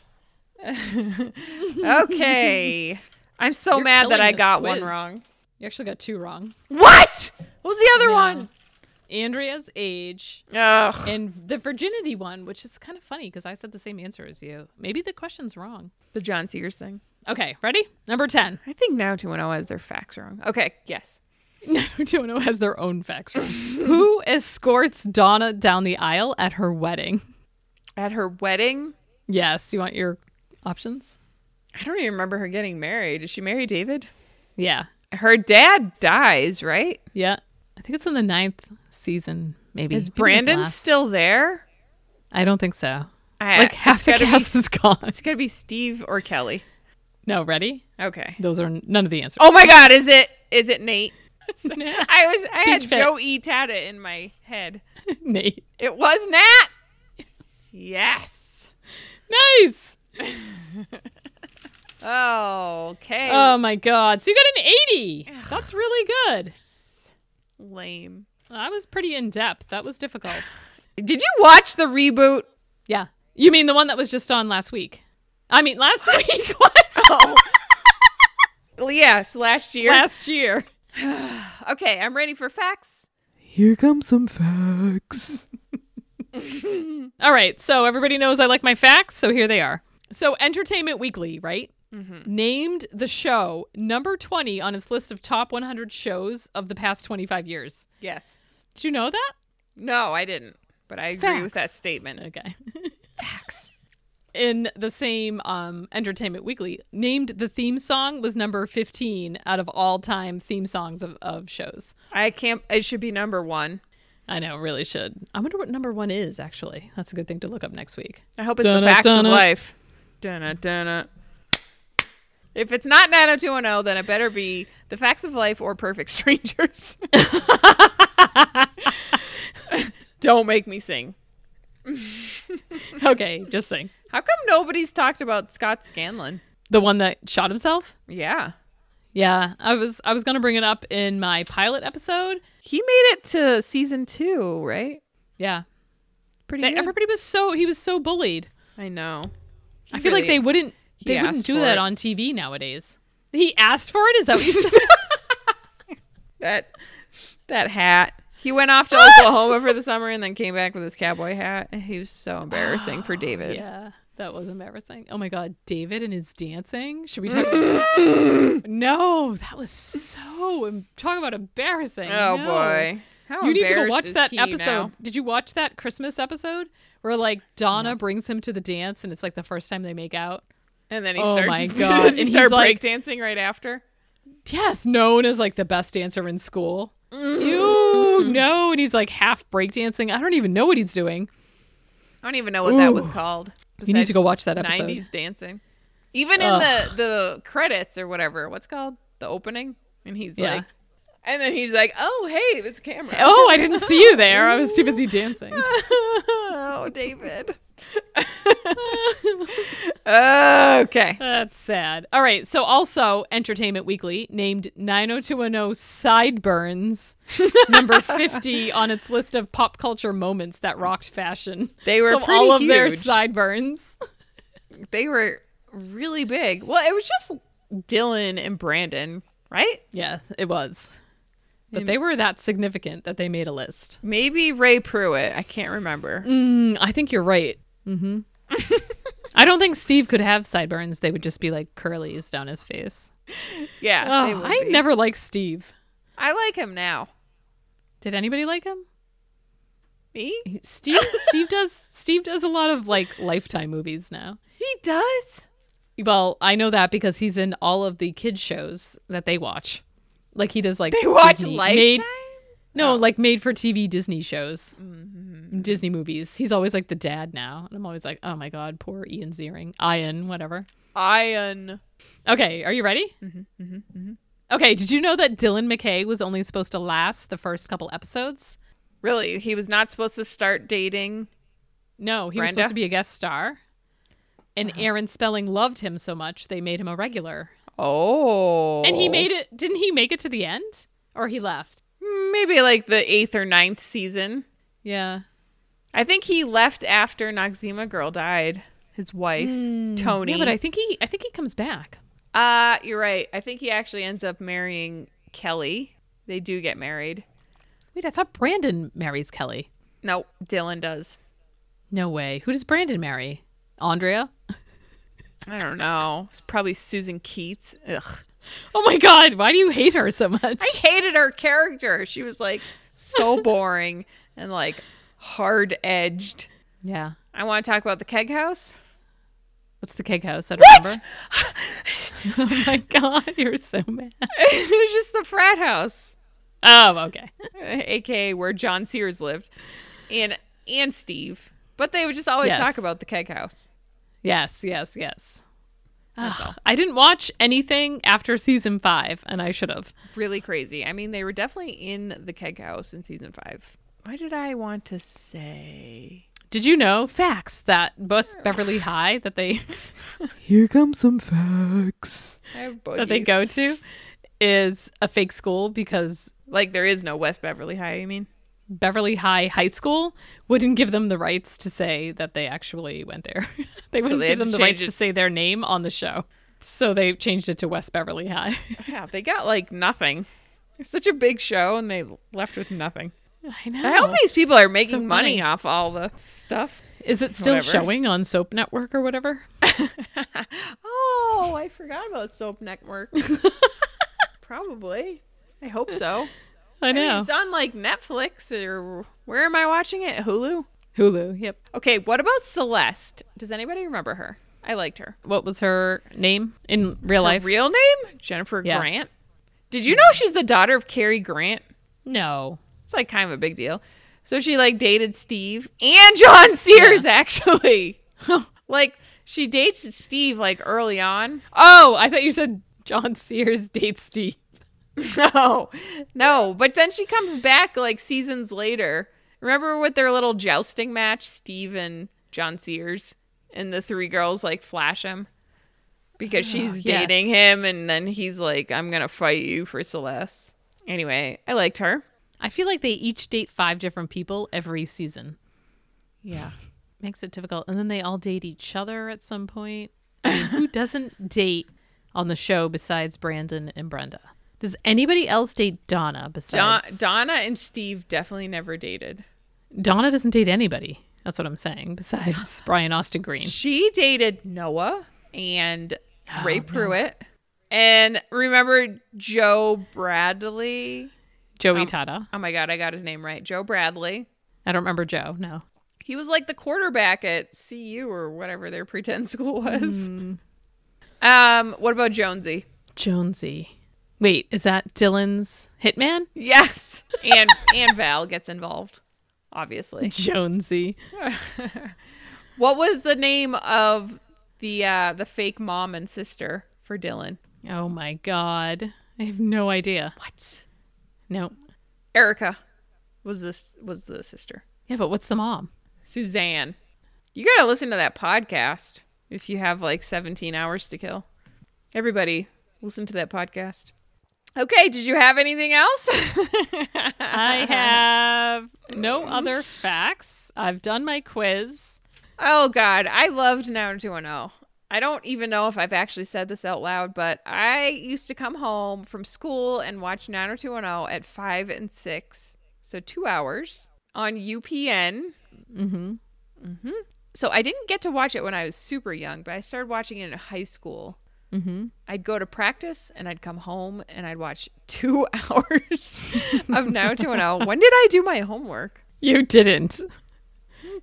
Speaker 3: okay, I'm so
Speaker 2: You're
Speaker 3: mad that
Speaker 2: killing
Speaker 3: I
Speaker 2: this
Speaker 3: got
Speaker 2: quiz.
Speaker 3: one wrong.
Speaker 2: You actually got two wrong.
Speaker 3: What? What was the other one?
Speaker 2: Andrea's age
Speaker 3: Ugh.
Speaker 2: and the virginity one, which is kind of funny because I said the same answer as you. Maybe the question's wrong.
Speaker 3: The John Sears thing.
Speaker 2: Okay, ready? Number 10.
Speaker 3: I think now 210 has their facts wrong. Okay, yes.
Speaker 2: Jono has their own facts wrong. Who escorts Donna down the aisle at her wedding?
Speaker 3: At her wedding,
Speaker 2: Yes, you want your options?
Speaker 3: I don't even remember her getting married. Did she marry David?
Speaker 2: Yeah.
Speaker 3: Her dad dies, right?
Speaker 2: Yeah. I think it's in the ninth season, maybe.
Speaker 3: Is
Speaker 2: Maybe the
Speaker 3: Brandon
Speaker 2: last.
Speaker 3: still there?
Speaker 2: I don't think so.
Speaker 3: I,
Speaker 2: like half the
Speaker 3: gotta be-
Speaker 2: cast is gone.
Speaker 3: It's gonna be Steve or Kelly.
Speaker 2: No, ready?
Speaker 3: Okay.
Speaker 2: Those are none of the answers.
Speaker 3: Oh my God! Is it is it Nate? I was I had
Speaker 2: Peach Pit.
Speaker 3: Joe E. Tata in my head.
Speaker 2: Nate.
Speaker 3: It was Nat. Yes.
Speaker 2: Nice.
Speaker 3: Okay.
Speaker 2: Oh my god. So you got an 80. That's really good.
Speaker 3: Lame.
Speaker 2: I was pretty in depth. That was difficult.
Speaker 3: Did you watch the reboot?
Speaker 2: Yeah. You mean the one that was just on last week? I mean last week. What?
Speaker 3: Oh. Yes, last year.
Speaker 2: last year.
Speaker 3: Okay, I'm ready for facts.
Speaker 1: Here come some facts.
Speaker 2: All right. So everybody knows I like my facts, so here they are. So Entertainment Weekly, right? Named the show number 20 on its list of top 100 shows of the past 25 years.
Speaker 3: Yes.
Speaker 2: Did you know that?
Speaker 3: No, I didn't. But I agree with that
Speaker 2: Facts.
Speaker 3: statement.
Speaker 2: Okay. Facts. In the same um, Entertainment Weekly, named the theme song was number 15 out of all time theme songs of, of shows.
Speaker 3: I can't. It should be number one.
Speaker 2: I know, really should. I wonder what number one is, actually. That's a good thing to look up next week.
Speaker 3: I hope it's
Speaker 2: Dunna,
Speaker 3: the facts
Speaker 2: dunna.
Speaker 3: of life. Dunna, dunna. If it's not 90210, then it better be The Facts of Life or Perfect Strangers. Don't make me sing.
Speaker 2: okay, just sing.
Speaker 3: How come nobody's talked about Scott Scanlon?
Speaker 2: The one that shot himself?
Speaker 3: Yeah.
Speaker 2: Yeah, I was I was going to bring it up in my pilot episode.
Speaker 3: He made it to season two, right?
Speaker 2: Yeah.
Speaker 3: Pretty
Speaker 2: That
Speaker 3: good.
Speaker 2: everybody was so he was so bullied.
Speaker 3: I know.
Speaker 2: I feel like
Speaker 3: really-
Speaker 2: they wouldn't they wouldn't
Speaker 3: asked
Speaker 2: do
Speaker 3: for
Speaker 2: that
Speaker 3: it.
Speaker 2: on TV nowadays. He asked for it? Is that what you said?
Speaker 3: That that hat. He went off to Oklahoma for the summer and then came back with his cowboy hat. He was so embarrassing for David.
Speaker 2: yeah. That was embarrassing. Oh my god, David and his dancing. Should we talk No, that was so em- talk about embarrassing.
Speaker 3: Oh
Speaker 2: No.
Speaker 3: boy. How
Speaker 2: You need to go
Speaker 3: embarrassed
Speaker 2: watch
Speaker 3: is
Speaker 2: that
Speaker 3: he
Speaker 2: episode.
Speaker 3: now?
Speaker 2: Did you watch that Christmas episode where like Donna brings him to the dance and it's like the first time they make out?
Speaker 3: And then he
Speaker 2: Oh
Speaker 3: starts
Speaker 2: my
Speaker 3: does
Speaker 2: God. And
Speaker 3: he
Speaker 2: he's
Speaker 3: start
Speaker 2: like-
Speaker 3: breakdancing right after.
Speaker 2: Yes, known as like the best dancer in school. Ew, no, and he's like half breakdancing. I don't even know what he's doing.
Speaker 3: I don't even know what that was
Speaker 2: Ooh.
Speaker 3: called.
Speaker 2: You need to go
Speaker 3: besides
Speaker 2: watch that episode.
Speaker 3: 90s dancing. Even in the the credits or whatever, what's it called? The opening? And he's
Speaker 2: Yeah.
Speaker 3: like and then he's like, "Oh, hey, this camera."
Speaker 2: Oh, I didn't see you there. I was too busy dancing.
Speaker 3: oh, David. okay.
Speaker 2: That's sad. All right. So, also, Entertainment Weekly named 90210 Sideburns number 50 on its list of pop culture moments that rocked fashion.
Speaker 3: They were
Speaker 2: so
Speaker 3: pretty
Speaker 2: all of their
Speaker 3: huge.
Speaker 2: sideburns.
Speaker 3: They were really big. Well, it was just Dylan and Brandon, right?
Speaker 2: Yeah, it was. But they were that significant that they made a list.
Speaker 3: Maybe Ray Pruitt. I can't remember.
Speaker 2: Mm, I think you're right. hmm
Speaker 3: Mm-hmm.
Speaker 2: I don't think Steve could have sideburns. They would just be like curlies down his face.
Speaker 3: Yeah,
Speaker 2: Oh,
Speaker 3: they would
Speaker 2: I
Speaker 3: be.
Speaker 2: never liked Steve.
Speaker 3: I like him now.
Speaker 2: Did anybody like him?
Speaker 3: Me?
Speaker 2: Steve Steve does Steve does a lot of like lifetime movies now.
Speaker 3: He does.
Speaker 2: Well, I know that because he's in all of the kids shows that they watch. Like he does like
Speaker 3: They watch Oh.
Speaker 2: Disney-
Speaker 3: Lifetime.
Speaker 2: made- no, like made for TV Disney shows.
Speaker 3: Mm-hmm.
Speaker 2: Disney movies. He's always like the dad now. And I'm always like, "Oh my god, poor Ian Ziering. Ian, whatever."
Speaker 3: Iron.
Speaker 2: Okay, are you ready? Mm-hmm, Okay, did you know that Dylan McKay was only supposed to last the first couple episodes?
Speaker 3: Really, he was not supposed to start dating.
Speaker 2: No, he was
Speaker 3: Brenda?
Speaker 2: supposed to be a guest star. And Aaron Spelling loved him so much they made him a regular.
Speaker 3: Oh.
Speaker 2: And he made it didn't he make it to the end? Or he left?
Speaker 3: maybe like the eighth or ninth season.
Speaker 2: Yeah.
Speaker 3: I think he left after Noxzema Girl died. His wife, Tony.
Speaker 2: Hmm. Yeah, but I think he I think he comes back.
Speaker 3: Uh, you're right. I think he actually ends up marrying Kelly. They do get married.
Speaker 2: Wait, I thought Brandon marries Kelly.
Speaker 3: No, Dylan does.
Speaker 2: No way. Who does Brandon marry? Andrea?
Speaker 3: I don't know. It's probably Susan Keats. Ugh.
Speaker 2: Oh my god, why do you hate her so much?
Speaker 3: I hated her character. She was like so boring and like hard edged.
Speaker 2: yeah.
Speaker 3: I want to talk about the keg house.
Speaker 2: What's the cake house? I don't remember. oh my god, you're so mad.
Speaker 3: it was just the frat house,
Speaker 2: Oh, okay.
Speaker 3: aka where John Sears lived, and and Steve. But they would just always
Speaker 2: Yes.
Speaker 3: talk about the keg house.
Speaker 2: Yes, yes, yes. Ugh, I didn't watch anything after season five, and I should have.
Speaker 3: really crazy. I mean, they were definitely in the keg house in season five. Why did I want to say?
Speaker 2: Did you know facts that Bus Beverly High that they
Speaker 1: Here come some facts.
Speaker 3: I have
Speaker 2: that they
Speaker 3: boogies.
Speaker 2: go to is a fake school because
Speaker 3: Like there is no West Beverly High. I mean,
Speaker 2: Beverly High High School wouldn't give them the rights to say that they actually went there. they wouldn't
Speaker 3: they
Speaker 2: give
Speaker 3: had
Speaker 2: them
Speaker 3: to
Speaker 2: the
Speaker 3: change
Speaker 2: rights
Speaker 3: it.
Speaker 2: to say their name on the show. So they changed it to West Beverly High.
Speaker 3: yeah, they got like nothing. It's such a big show, and they left with nothing.
Speaker 2: I know.
Speaker 3: I hope these people are making
Speaker 2: funny.
Speaker 3: Oh, money off all the stuff.
Speaker 2: Is it still
Speaker 3: Whatever.
Speaker 2: showing on Soap Network or whatever?
Speaker 3: Oh, I forgot about Soap Network. Probably. I hope so.
Speaker 2: I know.
Speaker 3: It's on like Netflix or where am I watching it? Hulu.
Speaker 2: Hulu. Yep.
Speaker 3: Okay, what about Celeste? Does anybody remember her? I liked her.
Speaker 2: What was her name in real
Speaker 3: Her
Speaker 2: life?
Speaker 3: real name? Jennifer
Speaker 2: Yeah.
Speaker 3: Grant. Did you know she's the daughter of Cary Grant?
Speaker 2: no.
Speaker 3: It's like kind of a big deal. So she like dated Steve and John Sears actually. like She dates Steve like early on.
Speaker 2: Oh, I thought you said John Sears dates Steve.
Speaker 3: No, no. But then she comes back like seasons later. Remember with their little jousting match, Steve and John Sears, and the three girls like flash him because she's
Speaker 2: yes.
Speaker 3: dating him, and then he's like, "I'm gonna fight you for Celeste." Anyway, I liked her.
Speaker 2: I feel like they each date five different people every season.
Speaker 3: Yeah.
Speaker 2: Makes it difficult. And then they all date each other at some point. I mean, who doesn't date on the show besides Brandon and Brenda? Does anybody else date Donna
Speaker 3: Don-
Speaker 2: besides
Speaker 3: Donna and Steve definitely never dated.
Speaker 2: Donna doesn't date anybody. That's what I'm saying. Besides Brian Austin Green.
Speaker 3: She dated Noah and Ray Pruitt. And remember Joe Bradley?
Speaker 2: Joey Tata.
Speaker 3: Oh my God, I got his name right. Joe Bradley.
Speaker 2: I don't remember Joe. No.
Speaker 3: He was like the quarterback at CU or whatever their pretend school was. Mm-hmm. Um, what about Jonesy?
Speaker 2: Jonesy. Wait, is that Dylan's hitman?
Speaker 3: Yes. And and Val gets involved, obviously.
Speaker 2: Jonesy.
Speaker 3: What was the name of the uh the fake mom and sister for Dylan?
Speaker 2: Oh my god. I have no idea.
Speaker 3: What?
Speaker 2: No.
Speaker 3: Erica was this was the sister.
Speaker 2: Yeah, but what's the mom?
Speaker 3: Suzanne. You got to listen to that podcast if you have like 17 hours to kill. Everybody, listen to that podcast. Okay, did you have anything else?
Speaker 2: I have no other facts. I've done my quiz.
Speaker 3: oh god, I loved 90210. oh. I don't even know if I've actually said this out loud, but I used to come home from school and watch 90210 at 5 and 6, so 2 hours on UPN.
Speaker 2: Mm-hmm.
Speaker 3: So I didn't get to watch it when I was super young, but I started watching it in high school.
Speaker 2: Mm-hmm.
Speaker 3: I'd go to practice and I'd come home and I'd watch two hours of Now to an L. When did I do my homework?
Speaker 2: You didn't.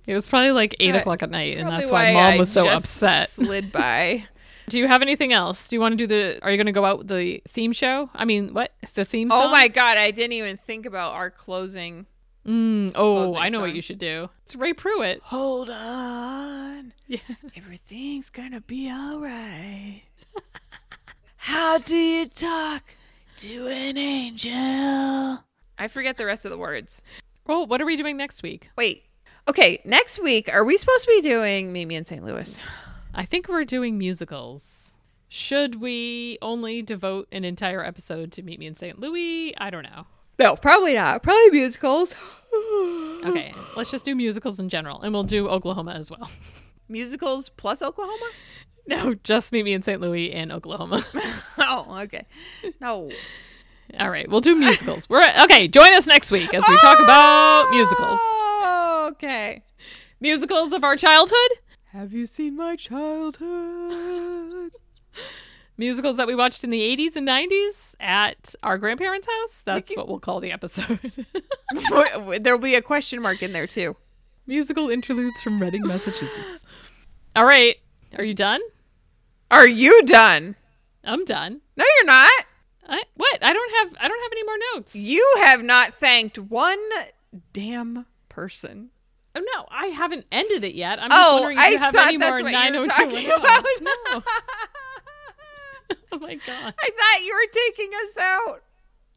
Speaker 2: It was probably like eight
Speaker 3: That-
Speaker 2: o'clock at night, and
Speaker 3: Probably
Speaker 2: that's why, mom
Speaker 3: I
Speaker 2: was so
Speaker 3: just
Speaker 2: upset.
Speaker 3: Slid by.
Speaker 2: Do you have anything else? Do you want to do the? Are you going to go out with the theme show? I mean, what the theme?
Speaker 3: oh
Speaker 2: song?
Speaker 3: my god, I didn't even think about our closing.
Speaker 2: Mm, oh,
Speaker 3: Closing
Speaker 2: I know what
Speaker 3: song.
Speaker 2: you should do. It's Ray Pruitt.
Speaker 3: Hold on,
Speaker 2: Yeah.
Speaker 3: everything's gonna be all right. How do you talk to an angel? I forget the rest of the words.
Speaker 2: Well, Oh, what are we doing next week?
Speaker 3: Wait. Okay, next week, are we supposed to be doing Mimi in St. Louis?
Speaker 2: I think we're doing musicals. Should we only devote an entire episode to Meet Me in St. Louis? I don't know.
Speaker 3: No, probably not. Probably musicals. Hmm.
Speaker 2: Okay, let's just do musicals in general, and we'll do Oklahoma as well.
Speaker 3: musicals plus Oklahoma?
Speaker 2: No, just Meet Me in St. Louis and Oklahoma.
Speaker 3: Oh, okay. No.
Speaker 2: All right, we'll do musicals. We're okay. Join us next week as we talk about musicals,
Speaker 3: Oh, okay.
Speaker 2: musicals of our childhood,
Speaker 1: Have you seen my childhood?
Speaker 2: musicals that we watched in the '80s and '90s at our grandparents' house. That's what we'll call the episode.
Speaker 3: There'll be a question mark in there too.
Speaker 2: Musical interludes from Reading, Massachusetts. All right, are you done?
Speaker 3: Are you done?
Speaker 2: I'm done.
Speaker 3: No, you're not.
Speaker 2: I, what? I don't have. I don't have any more notes.
Speaker 3: You have not thanked one damn person.
Speaker 2: Oh no, I haven't ended it yet. I'm just
Speaker 3: Oh,
Speaker 2: wondering if you
Speaker 3: I
Speaker 2: have
Speaker 3: thought
Speaker 2: any
Speaker 3: that's
Speaker 2: more
Speaker 3: what you were
Speaker 2: 90210.
Speaker 3: talking
Speaker 2: No. oh my god.
Speaker 3: I thought you were taking us out.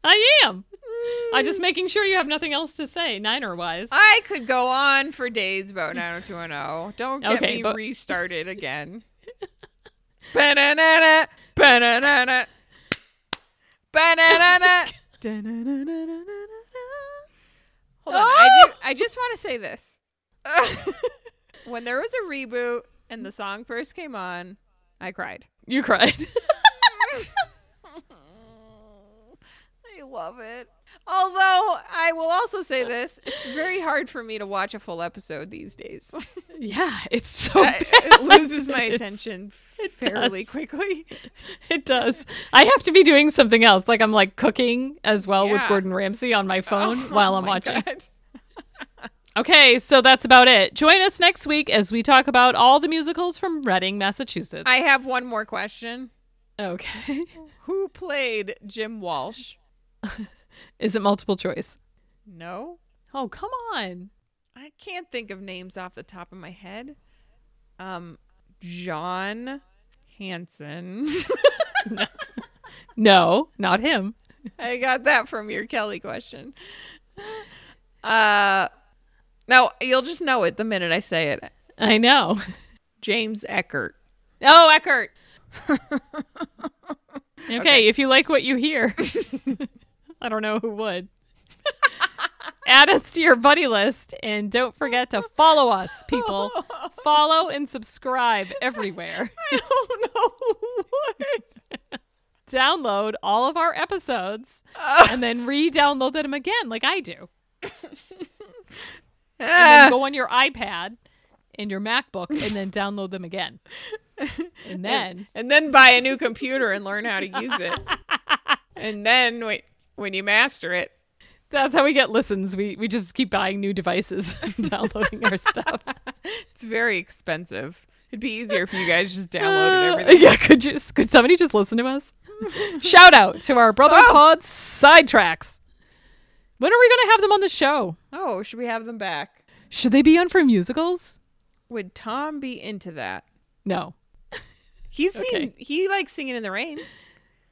Speaker 2: I am. I'm just making sure you have nothing else to say, Niner wise.
Speaker 3: I could go on for days about 90210. Don't get
Speaker 2: Okay,
Speaker 3: me
Speaker 2: but-
Speaker 3: restarted again. Banana, banana, banana. Hold on, I, do, I just want to say this. when there was a reboot and the song first came on, I cried.
Speaker 2: You cried.
Speaker 3: I love it. Although I will also say this, it's very hard for me to watch a full episode these days.
Speaker 2: yeah, it's so
Speaker 3: I-
Speaker 2: bad.
Speaker 3: it loses my
Speaker 2: It's-
Speaker 3: attention fairly
Speaker 2: does.
Speaker 3: quickly.
Speaker 2: It does. I have to be doing something else. Like I'm like cooking as well with
Speaker 3: Yeah.
Speaker 2: Gordon Ramsay on my phone while
Speaker 3: Oh
Speaker 2: I'm
Speaker 3: my
Speaker 2: watching.
Speaker 3: God.
Speaker 2: Okay, so that's about it. Join us next week as we talk about all the musicals from Reading, Massachusetts.
Speaker 3: I have one more question.
Speaker 2: Okay.
Speaker 3: Who played Jim Walsh?
Speaker 2: Is it multiple choice?
Speaker 3: No.
Speaker 2: Oh, come on.
Speaker 3: I can't think of names off the top of my head. Um John Hanson.
Speaker 2: No, not him.
Speaker 3: I got that from your Kelly question. Uh, now you'll just know it the minute I say it.
Speaker 2: I know.
Speaker 3: James Eckert.
Speaker 2: Oh, Eckert. okay, if you like what you hear, I don't know who would. Add us to your buddy list and don't forget to follow us, people. Follow and subscribe everywhere.
Speaker 3: I don't know what.
Speaker 2: Download all of our episodes and then re download them again, like I do. and then go on your iPad and your MacBook and then download them again. And then
Speaker 3: and then buy a new computer and learn how to use it. and then wait, when you master it,
Speaker 2: that's how we get listens. We we just keep buying new devices and downloading our stuff.
Speaker 3: it's very expensive. It'd be easier if you guys just downloaded
Speaker 2: Uh,
Speaker 3: everything.
Speaker 2: yeah, could you could somebody just listen to us? Shout out to our brother
Speaker 3: Oh.
Speaker 2: pod sidetracks. When are we gonna have them on the show?
Speaker 3: Oh, should we have them back?
Speaker 2: Should they be on for musicals?
Speaker 3: Would Tom be into that?
Speaker 2: No.
Speaker 3: He's seen,
Speaker 2: Okay.
Speaker 3: he likes singing in the rain.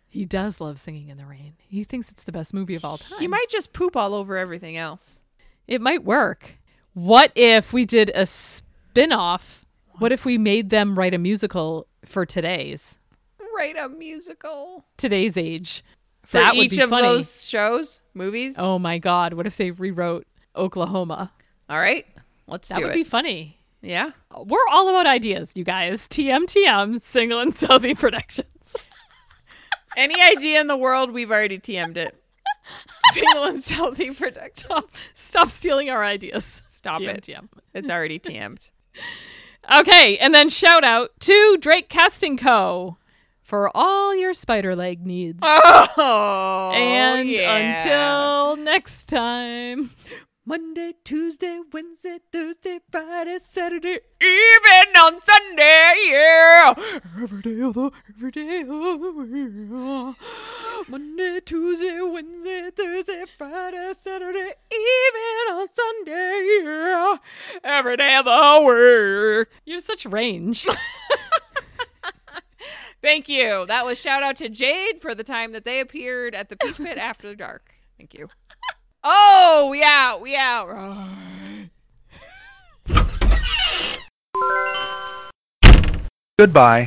Speaker 2: He does love singing in the rain. He thinks it's the best movie of all time.
Speaker 3: He might just poop all over everything else.
Speaker 2: It might work. What if we did a spin off? What if we made them write a musical for today's
Speaker 3: Write a musical
Speaker 2: today's age?
Speaker 3: for
Speaker 2: that would
Speaker 3: each
Speaker 2: be
Speaker 3: of
Speaker 2: funny.
Speaker 3: those shows, movies.
Speaker 2: Oh my god, what if they rewrote Oklahoma?
Speaker 3: All right, let's
Speaker 2: That
Speaker 3: do
Speaker 2: would
Speaker 3: it.
Speaker 2: be funny.
Speaker 3: yeah,
Speaker 2: We're all about ideas, you guys. TMTM, Single and Selfie Productions.
Speaker 3: any idea in the world, we've already TM'd it. Single and stealthy production.
Speaker 2: Stop, stop stealing our ideas.
Speaker 3: Stop it.
Speaker 2: TMTM.
Speaker 3: It's already TM'd.
Speaker 2: Okay, and then shout out to Drake Casting Co. for all your spider leg needs.
Speaker 3: Oh,
Speaker 2: and
Speaker 3: yeah.
Speaker 2: until next time.
Speaker 3: Monday, Tuesday, Wednesday, Thursday, Friday, Saturday, even on Sunday, yeah.
Speaker 1: Every day of the, every day of the week.
Speaker 3: Monday, Tuesday, Wednesday, Thursday, Friday, Saturday, even on Sunday, yeah. Every day of the week.
Speaker 2: You have such range.
Speaker 3: Thank you. That was shout out to Jade for the time that they appeared at the Peach Pit after the dark. Thank you. Oh, we out, we out.
Speaker 6: Goodbye.